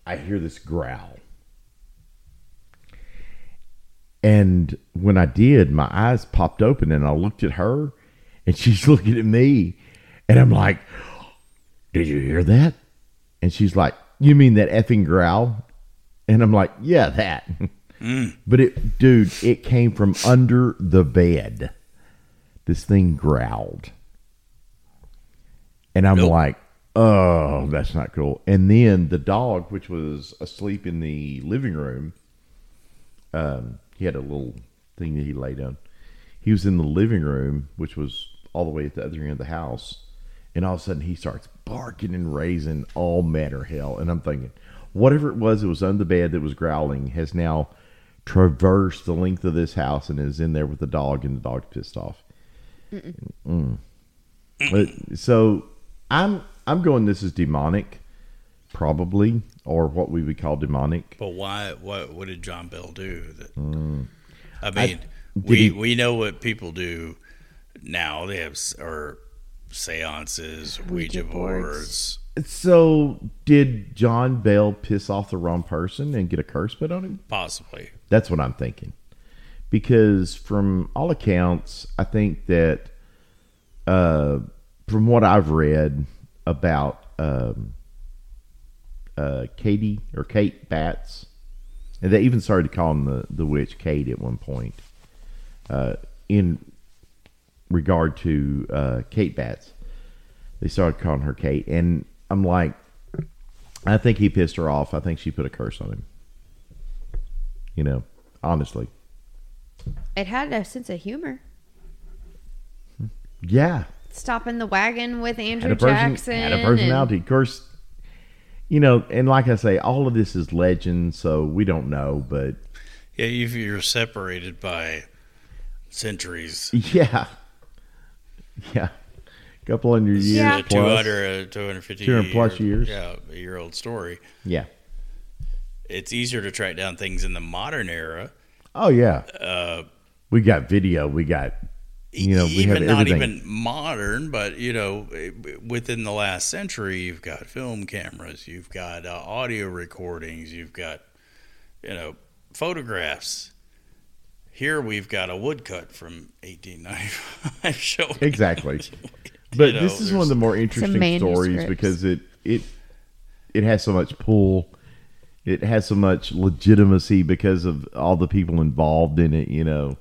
Speaker 1: I hear this growl. And when I did, my eyes popped open and I looked at her and she's looking at me and I'm like, "Did you hear that?" And she's like, "You mean that effing growl?" And I'm like, yeah, that. But it, dude, it came from under the bed. This thing growled. And I'm
Speaker 3: Nope.
Speaker 1: like, oh, that's not cool. And then the dog, which was asleep in the living room, um, he had a little thing that he laid on. He was in the living room, which was all the way at the other end of the house, and all of a sudden he starts barking and raising all manner of hell. And I'm thinking, whatever it was that was under the bed that was growling has now traversed the length of this house and is in there with the dog, and the dog's pissed off. Mm. But, so I'm I'm going. This is demonic, probably, or what we would call demonic.
Speaker 3: But why? What? What did John Bell do? That, I mean,
Speaker 1: Mm. did
Speaker 3: we
Speaker 1: he-
Speaker 3: we know what people do now. They have s- or seances, Ouija,
Speaker 2: Ouija boards.
Speaker 3: boards.
Speaker 1: So, did John Bell piss off the wrong person and get a curse put on him?
Speaker 3: possibly.
Speaker 1: That's what I'm thinking. Because, from all accounts, I think that, uh, from what I've read about um, uh, Katie or Kate Batts, and they even started to call him the, the witch Kate at one point, uh, in regard to uh, Kate Batts. They started calling her Kate. And I'm like, I think he pissed her off. I think she put a curse on him you know, honestly.
Speaker 2: It had a sense of humor.
Speaker 1: Yeah.
Speaker 2: Stopping the wagon with Andrew
Speaker 1: Had a, person,
Speaker 2: Jackson.
Speaker 1: had a
Speaker 2: and-
Speaker 1: personality. Of course, you know, and like I say, all of this is legend, so we don't know, but
Speaker 3: Yeah, if you're separated by centuries,
Speaker 1: yeah. Yeah. couple hundred years.
Speaker 2: Yeah.
Speaker 3: yeah,
Speaker 1: plus.
Speaker 3: 200, uh, 250
Speaker 1: 200 plus years.
Speaker 3: Yeah, a year old story.
Speaker 1: Yeah.
Speaker 3: It's easier to track down things in the modern era.
Speaker 1: Oh, yeah. we got video. We got, you know, we have
Speaker 3: E, even not
Speaker 1: everything.
Speaker 3: even modern, but you know, eh, within the last century, you've got film cameras, you've got uh, audio recordings, you've got you know photographs. Here we've got a woodcut from 1895 showing.
Speaker 1: Exactly.
Speaker 3: you
Speaker 1: But
Speaker 3: know,
Speaker 1: this is one
Speaker 3: there's-
Speaker 1: of the more interesting stories
Speaker 2: manuscripts.
Speaker 1: because it it it has so much pull. It has so much legitimacy because of all the people involved in it, you know.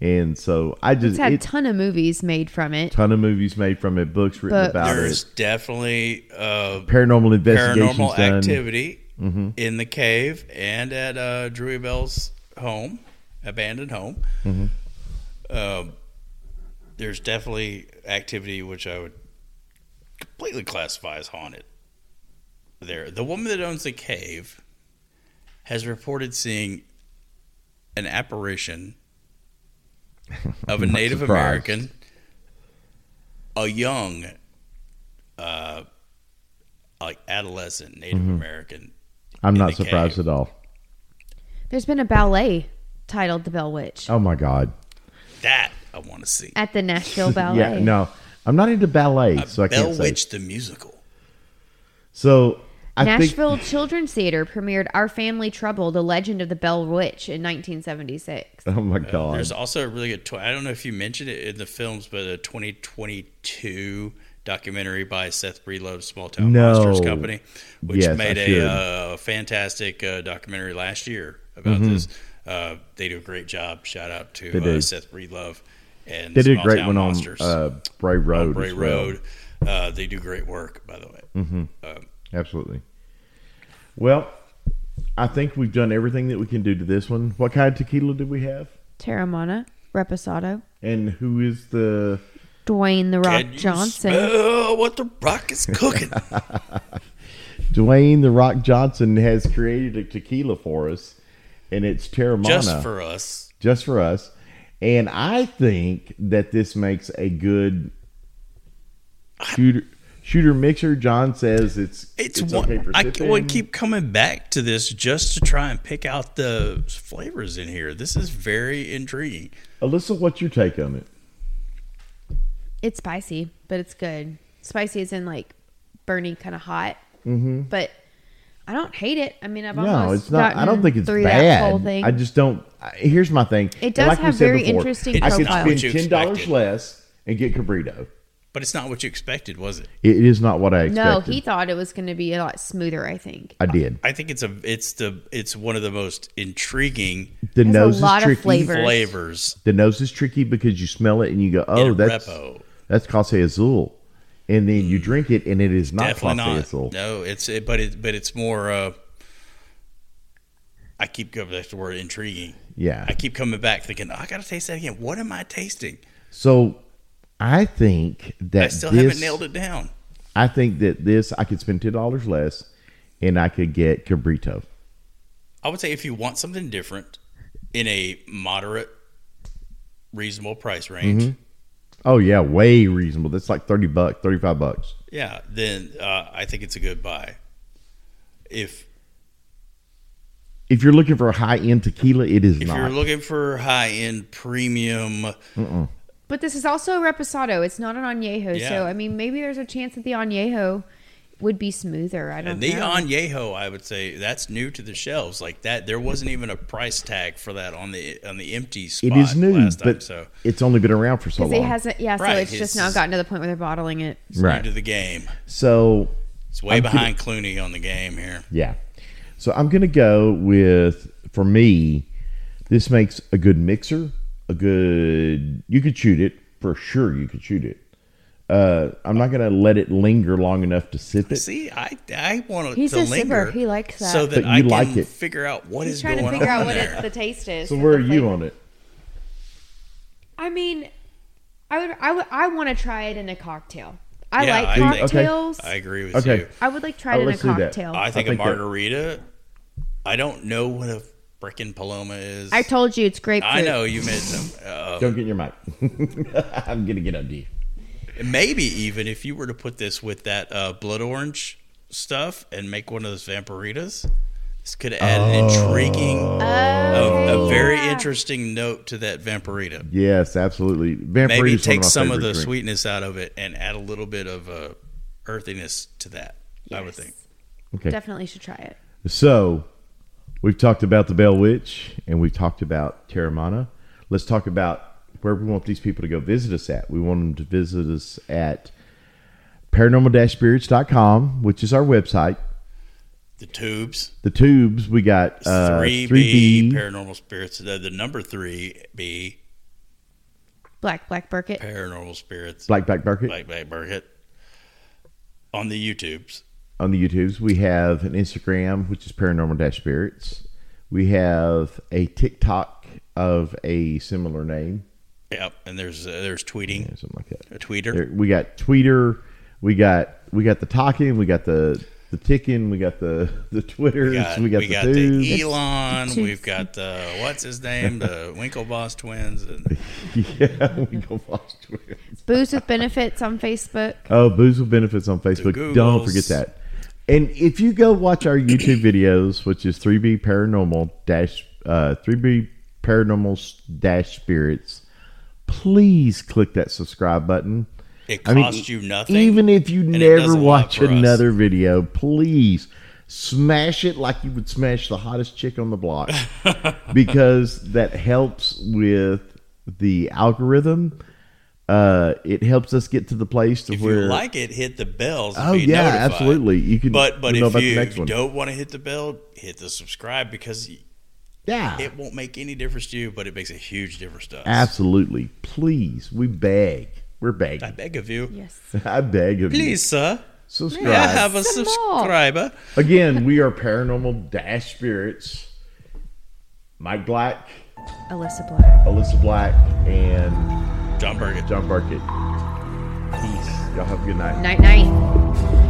Speaker 1: And so I just
Speaker 2: It's had a
Speaker 1: it-
Speaker 2: ton of movies made from it.
Speaker 1: ton of movies made from it, books written
Speaker 2: Books.
Speaker 1: about
Speaker 3: There's
Speaker 1: it,
Speaker 3: definitely uh,
Speaker 1: paranormal investigations
Speaker 3: paranormal
Speaker 1: done. Mm-hmm.
Speaker 3: activity in the cave and at uh, Drew Bell's home, abandoned home.
Speaker 1: Mm-hmm.
Speaker 3: Um, there's definitely activity which I would completely classify as haunted. There, the woman that owns the cave has reported seeing an apparition of a
Speaker 1: Not
Speaker 3: Native
Speaker 1: surprised.
Speaker 3: American, a young, uh, like adolescent Native
Speaker 1: Mm-hmm.
Speaker 3: American.
Speaker 1: I'm
Speaker 3: in
Speaker 1: not
Speaker 3: the
Speaker 1: surprised
Speaker 3: cave.
Speaker 1: at all.
Speaker 2: There's been a ballet titled The Bell Witch
Speaker 1: Oh my god.
Speaker 3: That I want to see.
Speaker 2: at the Nashville Oh, Ballet.
Speaker 1: Yeah, no. I'm not into ballet, so I
Speaker 3: Bell
Speaker 1: can't say.
Speaker 3: Witch the musical.
Speaker 1: So I think
Speaker 2: Nashville Children's Theater premiered Our Family Trouble, The Legend of the Bell Witch in 1976.
Speaker 1: Oh my god.
Speaker 3: Uh, There's also a really good. Tw- I don't know if you mentioned it in the films, but a 2022 documentary by Seth Breedlove, Small Town
Speaker 1: No.
Speaker 3: Monsters Company, which
Speaker 1: Yes, I
Speaker 3: made
Speaker 1: should.
Speaker 3: a uh, fantastic uh, documentary last year about this. Uh, they do a great job. Shout out
Speaker 1: Mm-hmm. They
Speaker 3: to
Speaker 1: do.
Speaker 3: uh, Seth Breedlove. And
Speaker 1: they did a
Speaker 3: Small
Speaker 1: great
Speaker 3: Town
Speaker 1: one on
Speaker 3: Monsters.
Speaker 1: uh, Bray Road.
Speaker 3: Bray
Speaker 1: as well. Mm-hmm.
Speaker 3: Road. Uh, they do great work, by the way.
Speaker 1: Absolutely. Well, I think we've done everything that we can do to this one. What kind of tequila did we have?
Speaker 2: Terramana, Reposado,
Speaker 1: And who is the
Speaker 2: Dwayne The Rock
Speaker 3: Can you
Speaker 2: Johnson.
Speaker 3: smell what the rock is cooking.
Speaker 1: Dwayne the Rock Johnson has created a tequila for us, and it's Terramana
Speaker 3: Just for us.
Speaker 1: just for us. And I think that this makes a good shooter shooter mixer. John says it's
Speaker 3: It's,
Speaker 1: it's,
Speaker 3: one.
Speaker 1: okay for
Speaker 3: I
Speaker 1: sipping.
Speaker 3: would keep coming back to this just to try and pick out the flavors in here. This is very intriguing.
Speaker 1: Alyssa, what's your take on it?
Speaker 2: It's spicy, but it's good. Spicy is in like burning, kind of hot. Mm-hmm. But I don't hate it. I mean, I've
Speaker 1: No,
Speaker 2: almost
Speaker 1: it's not. I
Speaker 2: gotten
Speaker 1: don't think it's
Speaker 2: through
Speaker 1: bad.
Speaker 2: That whole thing.
Speaker 1: I just don't. I, here's my thing.
Speaker 2: It
Speaker 1: And
Speaker 2: does
Speaker 1: we
Speaker 2: have
Speaker 1: said
Speaker 2: very interesting
Speaker 1: I could
Speaker 2: profile.
Speaker 1: spend
Speaker 3: It's
Speaker 1: ten
Speaker 3: not what
Speaker 1: dollars
Speaker 3: you
Speaker 1: less and get Cabrito.
Speaker 3: But it's not what you expected, was it?
Speaker 1: It is not what I expected.
Speaker 2: No, he thought it was going to be a lot smoother. I think
Speaker 1: I did.
Speaker 3: I think it's a it's the it's one of the most intriguing
Speaker 1: The
Speaker 2: There's a
Speaker 1: nose
Speaker 2: lot
Speaker 1: is
Speaker 2: of
Speaker 1: tricky.
Speaker 2: flavor. Flavors.
Speaker 3: flavors
Speaker 1: The nose is tricky because you smell it and you go,
Speaker 3: in
Speaker 1: "Oh,
Speaker 3: a
Speaker 1: that's
Speaker 3: repo. Mm.
Speaker 1: that's Casa Azul," and then you drink it and it is not
Speaker 3: Definitely
Speaker 1: Casa
Speaker 3: not.
Speaker 1: Azul.
Speaker 3: No, it's it, but it but it's more. Uh, I keep going back to the word intriguing.
Speaker 1: Yeah.
Speaker 3: I keep coming back thinking "Oh, I gotta taste that again. What am I tasting?
Speaker 1: So I think that
Speaker 3: I still
Speaker 1: this,
Speaker 3: haven't nailed it down.
Speaker 1: I think that this I could spend ten dollars less, and I could get Cabrito.
Speaker 3: I would say if you want something different in a moderate, reasonable price range,
Speaker 1: Oh yeah, way reasonable. That's like thirty bucks, thirty five bucks.
Speaker 3: yeah, then uh, I think it's a good buy. If
Speaker 1: If you're looking for a high end tequila, it is
Speaker 3: if
Speaker 1: not.
Speaker 3: you're looking for high end premium,
Speaker 2: But this is also a reposado. It's not an añejo,
Speaker 3: Yeah.
Speaker 2: so I mean, maybe there's a chance that the añejo would be smoother. I
Speaker 1: Mm-hmm.
Speaker 2: don't
Speaker 3: And the
Speaker 2: know.
Speaker 3: añejo, I would say that's new to the shelves. Like that, there wasn't even a price tag for that on the on the empty
Speaker 1: it
Speaker 3: spot.
Speaker 1: is new,
Speaker 3: last time,
Speaker 1: but
Speaker 3: so
Speaker 1: it's only been around for so
Speaker 2: because it
Speaker 1: long.
Speaker 2: hasn't. Yeah,
Speaker 3: Right,
Speaker 2: so it's just now
Speaker 3: it's-
Speaker 2: gotten to the point where they're bottling it.
Speaker 3: it's
Speaker 1: right.
Speaker 3: new to the game.
Speaker 1: so
Speaker 3: It's way
Speaker 1: I'm gonna-
Speaker 3: behind Clooney on the game here.
Speaker 1: yeah, so I'm gonna go with for me. This makes a good mixer. A good you could shoot it for sure. You could shoot it. Uh, I'm not gonna let it linger long enough to sip it.
Speaker 3: See, I I want to.
Speaker 2: He's
Speaker 3: to
Speaker 2: a
Speaker 3: linger
Speaker 2: sipper. He likes that.
Speaker 3: So
Speaker 1: But
Speaker 3: that I
Speaker 1: you
Speaker 3: can
Speaker 1: like it.
Speaker 3: figure out what
Speaker 2: He's
Speaker 3: is
Speaker 2: trying
Speaker 3: going
Speaker 2: to figure
Speaker 3: on
Speaker 2: out what
Speaker 3: there.
Speaker 2: it, the taste is.
Speaker 1: So
Speaker 2: for
Speaker 1: where
Speaker 2: the
Speaker 1: are you
Speaker 2: flavor.
Speaker 1: on it?
Speaker 2: I mean, I would. I would. I want to try it in a cocktail. I
Speaker 3: Yeah, I
Speaker 2: like
Speaker 3: think- Okay.
Speaker 2: cocktails.
Speaker 3: I agree with
Speaker 1: Okay.
Speaker 3: you.
Speaker 2: I would like try
Speaker 1: Oh,
Speaker 2: it in a
Speaker 1: let's do that.
Speaker 2: cocktail.
Speaker 3: I think,
Speaker 1: think
Speaker 3: a
Speaker 1: that-
Speaker 3: margarita. I don't know what a frickin' paloma is.
Speaker 2: I told you it's grapefruit.
Speaker 3: I know you made them. Uh,
Speaker 1: Don't get in your mic. I'm gonna get up to you.
Speaker 3: Maybe even if you were to put this with that uh, blood orange stuff and make one of those vampiritas, this could add an intriguing,
Speaker 1: Oh.
Speaker 3: a, a very
Speaker 2: Oh, yeah.
Speaker 3: interesting note to that vampirita.
Speaker 1: Yes, absolutely. Vampiritas
Speaker 3: Maybe
Speaker 1: is
Speaker 3: take
Speaker 1: one of my
Speaker 3: some of
Speaker 1: favorite
Speaker 3: the
Speaker 1: drinks.
Speaker 3: sweetness out of it and add a little bit of uh, earthiness to that. I would
Speaker 2: Yes.
Speaker 3: think.
Speaker 1: Okay.
Speaker 2: Definitely should try it.
Speaker 1: So, we've talked about the Bell Witch and we've talked about Terramana. Let's talk about where we want these people to go visit us at. We want them to visit us at paranormal-spirits.com, which is our website.
Speaker 3: The tubes,
Speaker 1: The tubes, we got uh,
Speaker 3: three
Speaker 1: 3B,
Speaker 3: B paranormal spirits. The, the number three B
Speaker 2: Black Black Burkett.
Speaker 3: paranormal spirits.
Speaker 1: Black Back Market
Speaker 3: Black Black Burkett on the YouTubes.
Speaker 1: on the YouTubes. We have an Instagram, which is paranormal-spirits. We have a TikTok of a similar name,
Speaker 3: Yep, and there's uh, there's tweeting.
Speaker 1: something like that.
Speaker 3: a tweeter.
Speaker 1: There- we got Twitter, we got we got the talking, we got the the ticking, we got the the Twitters, we got,
Speaker 3: we got,
Speaker 1: the
Speaker 3: the
Speaker 1: dudes.
Speaker 3: Elon.
Speaker 2: Toots.
Speaker 3: We've got the what's his name, the Winklevoss twins. And
Speaker 1: yeah, we go watch Twitter.
Speaker 2: Booze with benefits on Facebook.
Speaker 1: Oh, booze with benefits on Facebook. Don't
Speaker 3: Googles.
Speaker 1: forget that. And if you go watch our YouTube videos, which is 3B Paranormal dash uh, 3B Paranormal dash Spirits, please click that subscribe button.
Speaker 3: it
Speaker 1: I mean, e-,
Speaker 3: costs you nothing.
Speaker 1: Even if you
Speaker 3: it
Speaker 1: never
Speaker 3: does a lot
Speaker 1: watch
Speaker 3: for us.
Speaker 1: another video, please smash it like you would smash the hottest chick on the block because that helps with the algorithm. Uh, it helps us get to the place to
Speaker 3: if
Speaker 1: where.
Speaker 3: you like it, hit the bells. and
Speaker 1: oh
Speaker 3: be
Speaker 1: yeah,
Speaker 3: notified.
Speaker 1: absolutely. You can.
Speaker 3: But but
Speaker 1: you'll know
Speaker 3: if
Speaker 1: about the
Speaker 3: you
Speaker 1: next one.
Speaker 3: don't want to hit the bell, hit the subscribe because
Speaker 1: yeah,
Speaker 3: it won't make any difference to you, but it makes a huge difference to us.
Speaker 1: absolutely. Please, we beg. We're
Speaker 3: I
Speaker 1: begging.
Speaker 3: beg of you,
Speaker 2: Yes.
Speaker 1: I beg of you.
Speaker 3: please, sir.
Speaker 1: subscribe.
Speaker 3: May I have a
Speaker 2: Some more.
Speaker 3: subscriber?
Speaker 1: Again, we are Paranormal Dash Spirits. Mike Black,
Speaker 2: Alyssa Black.
Speaker 1: Alyssa Black, and
Speaker 3: John Burgett.
Speaker 1: John Burkett.
Speaker 3: Peace.
Speaker 1: Y'all have a good night.
Speaker 2: Night night.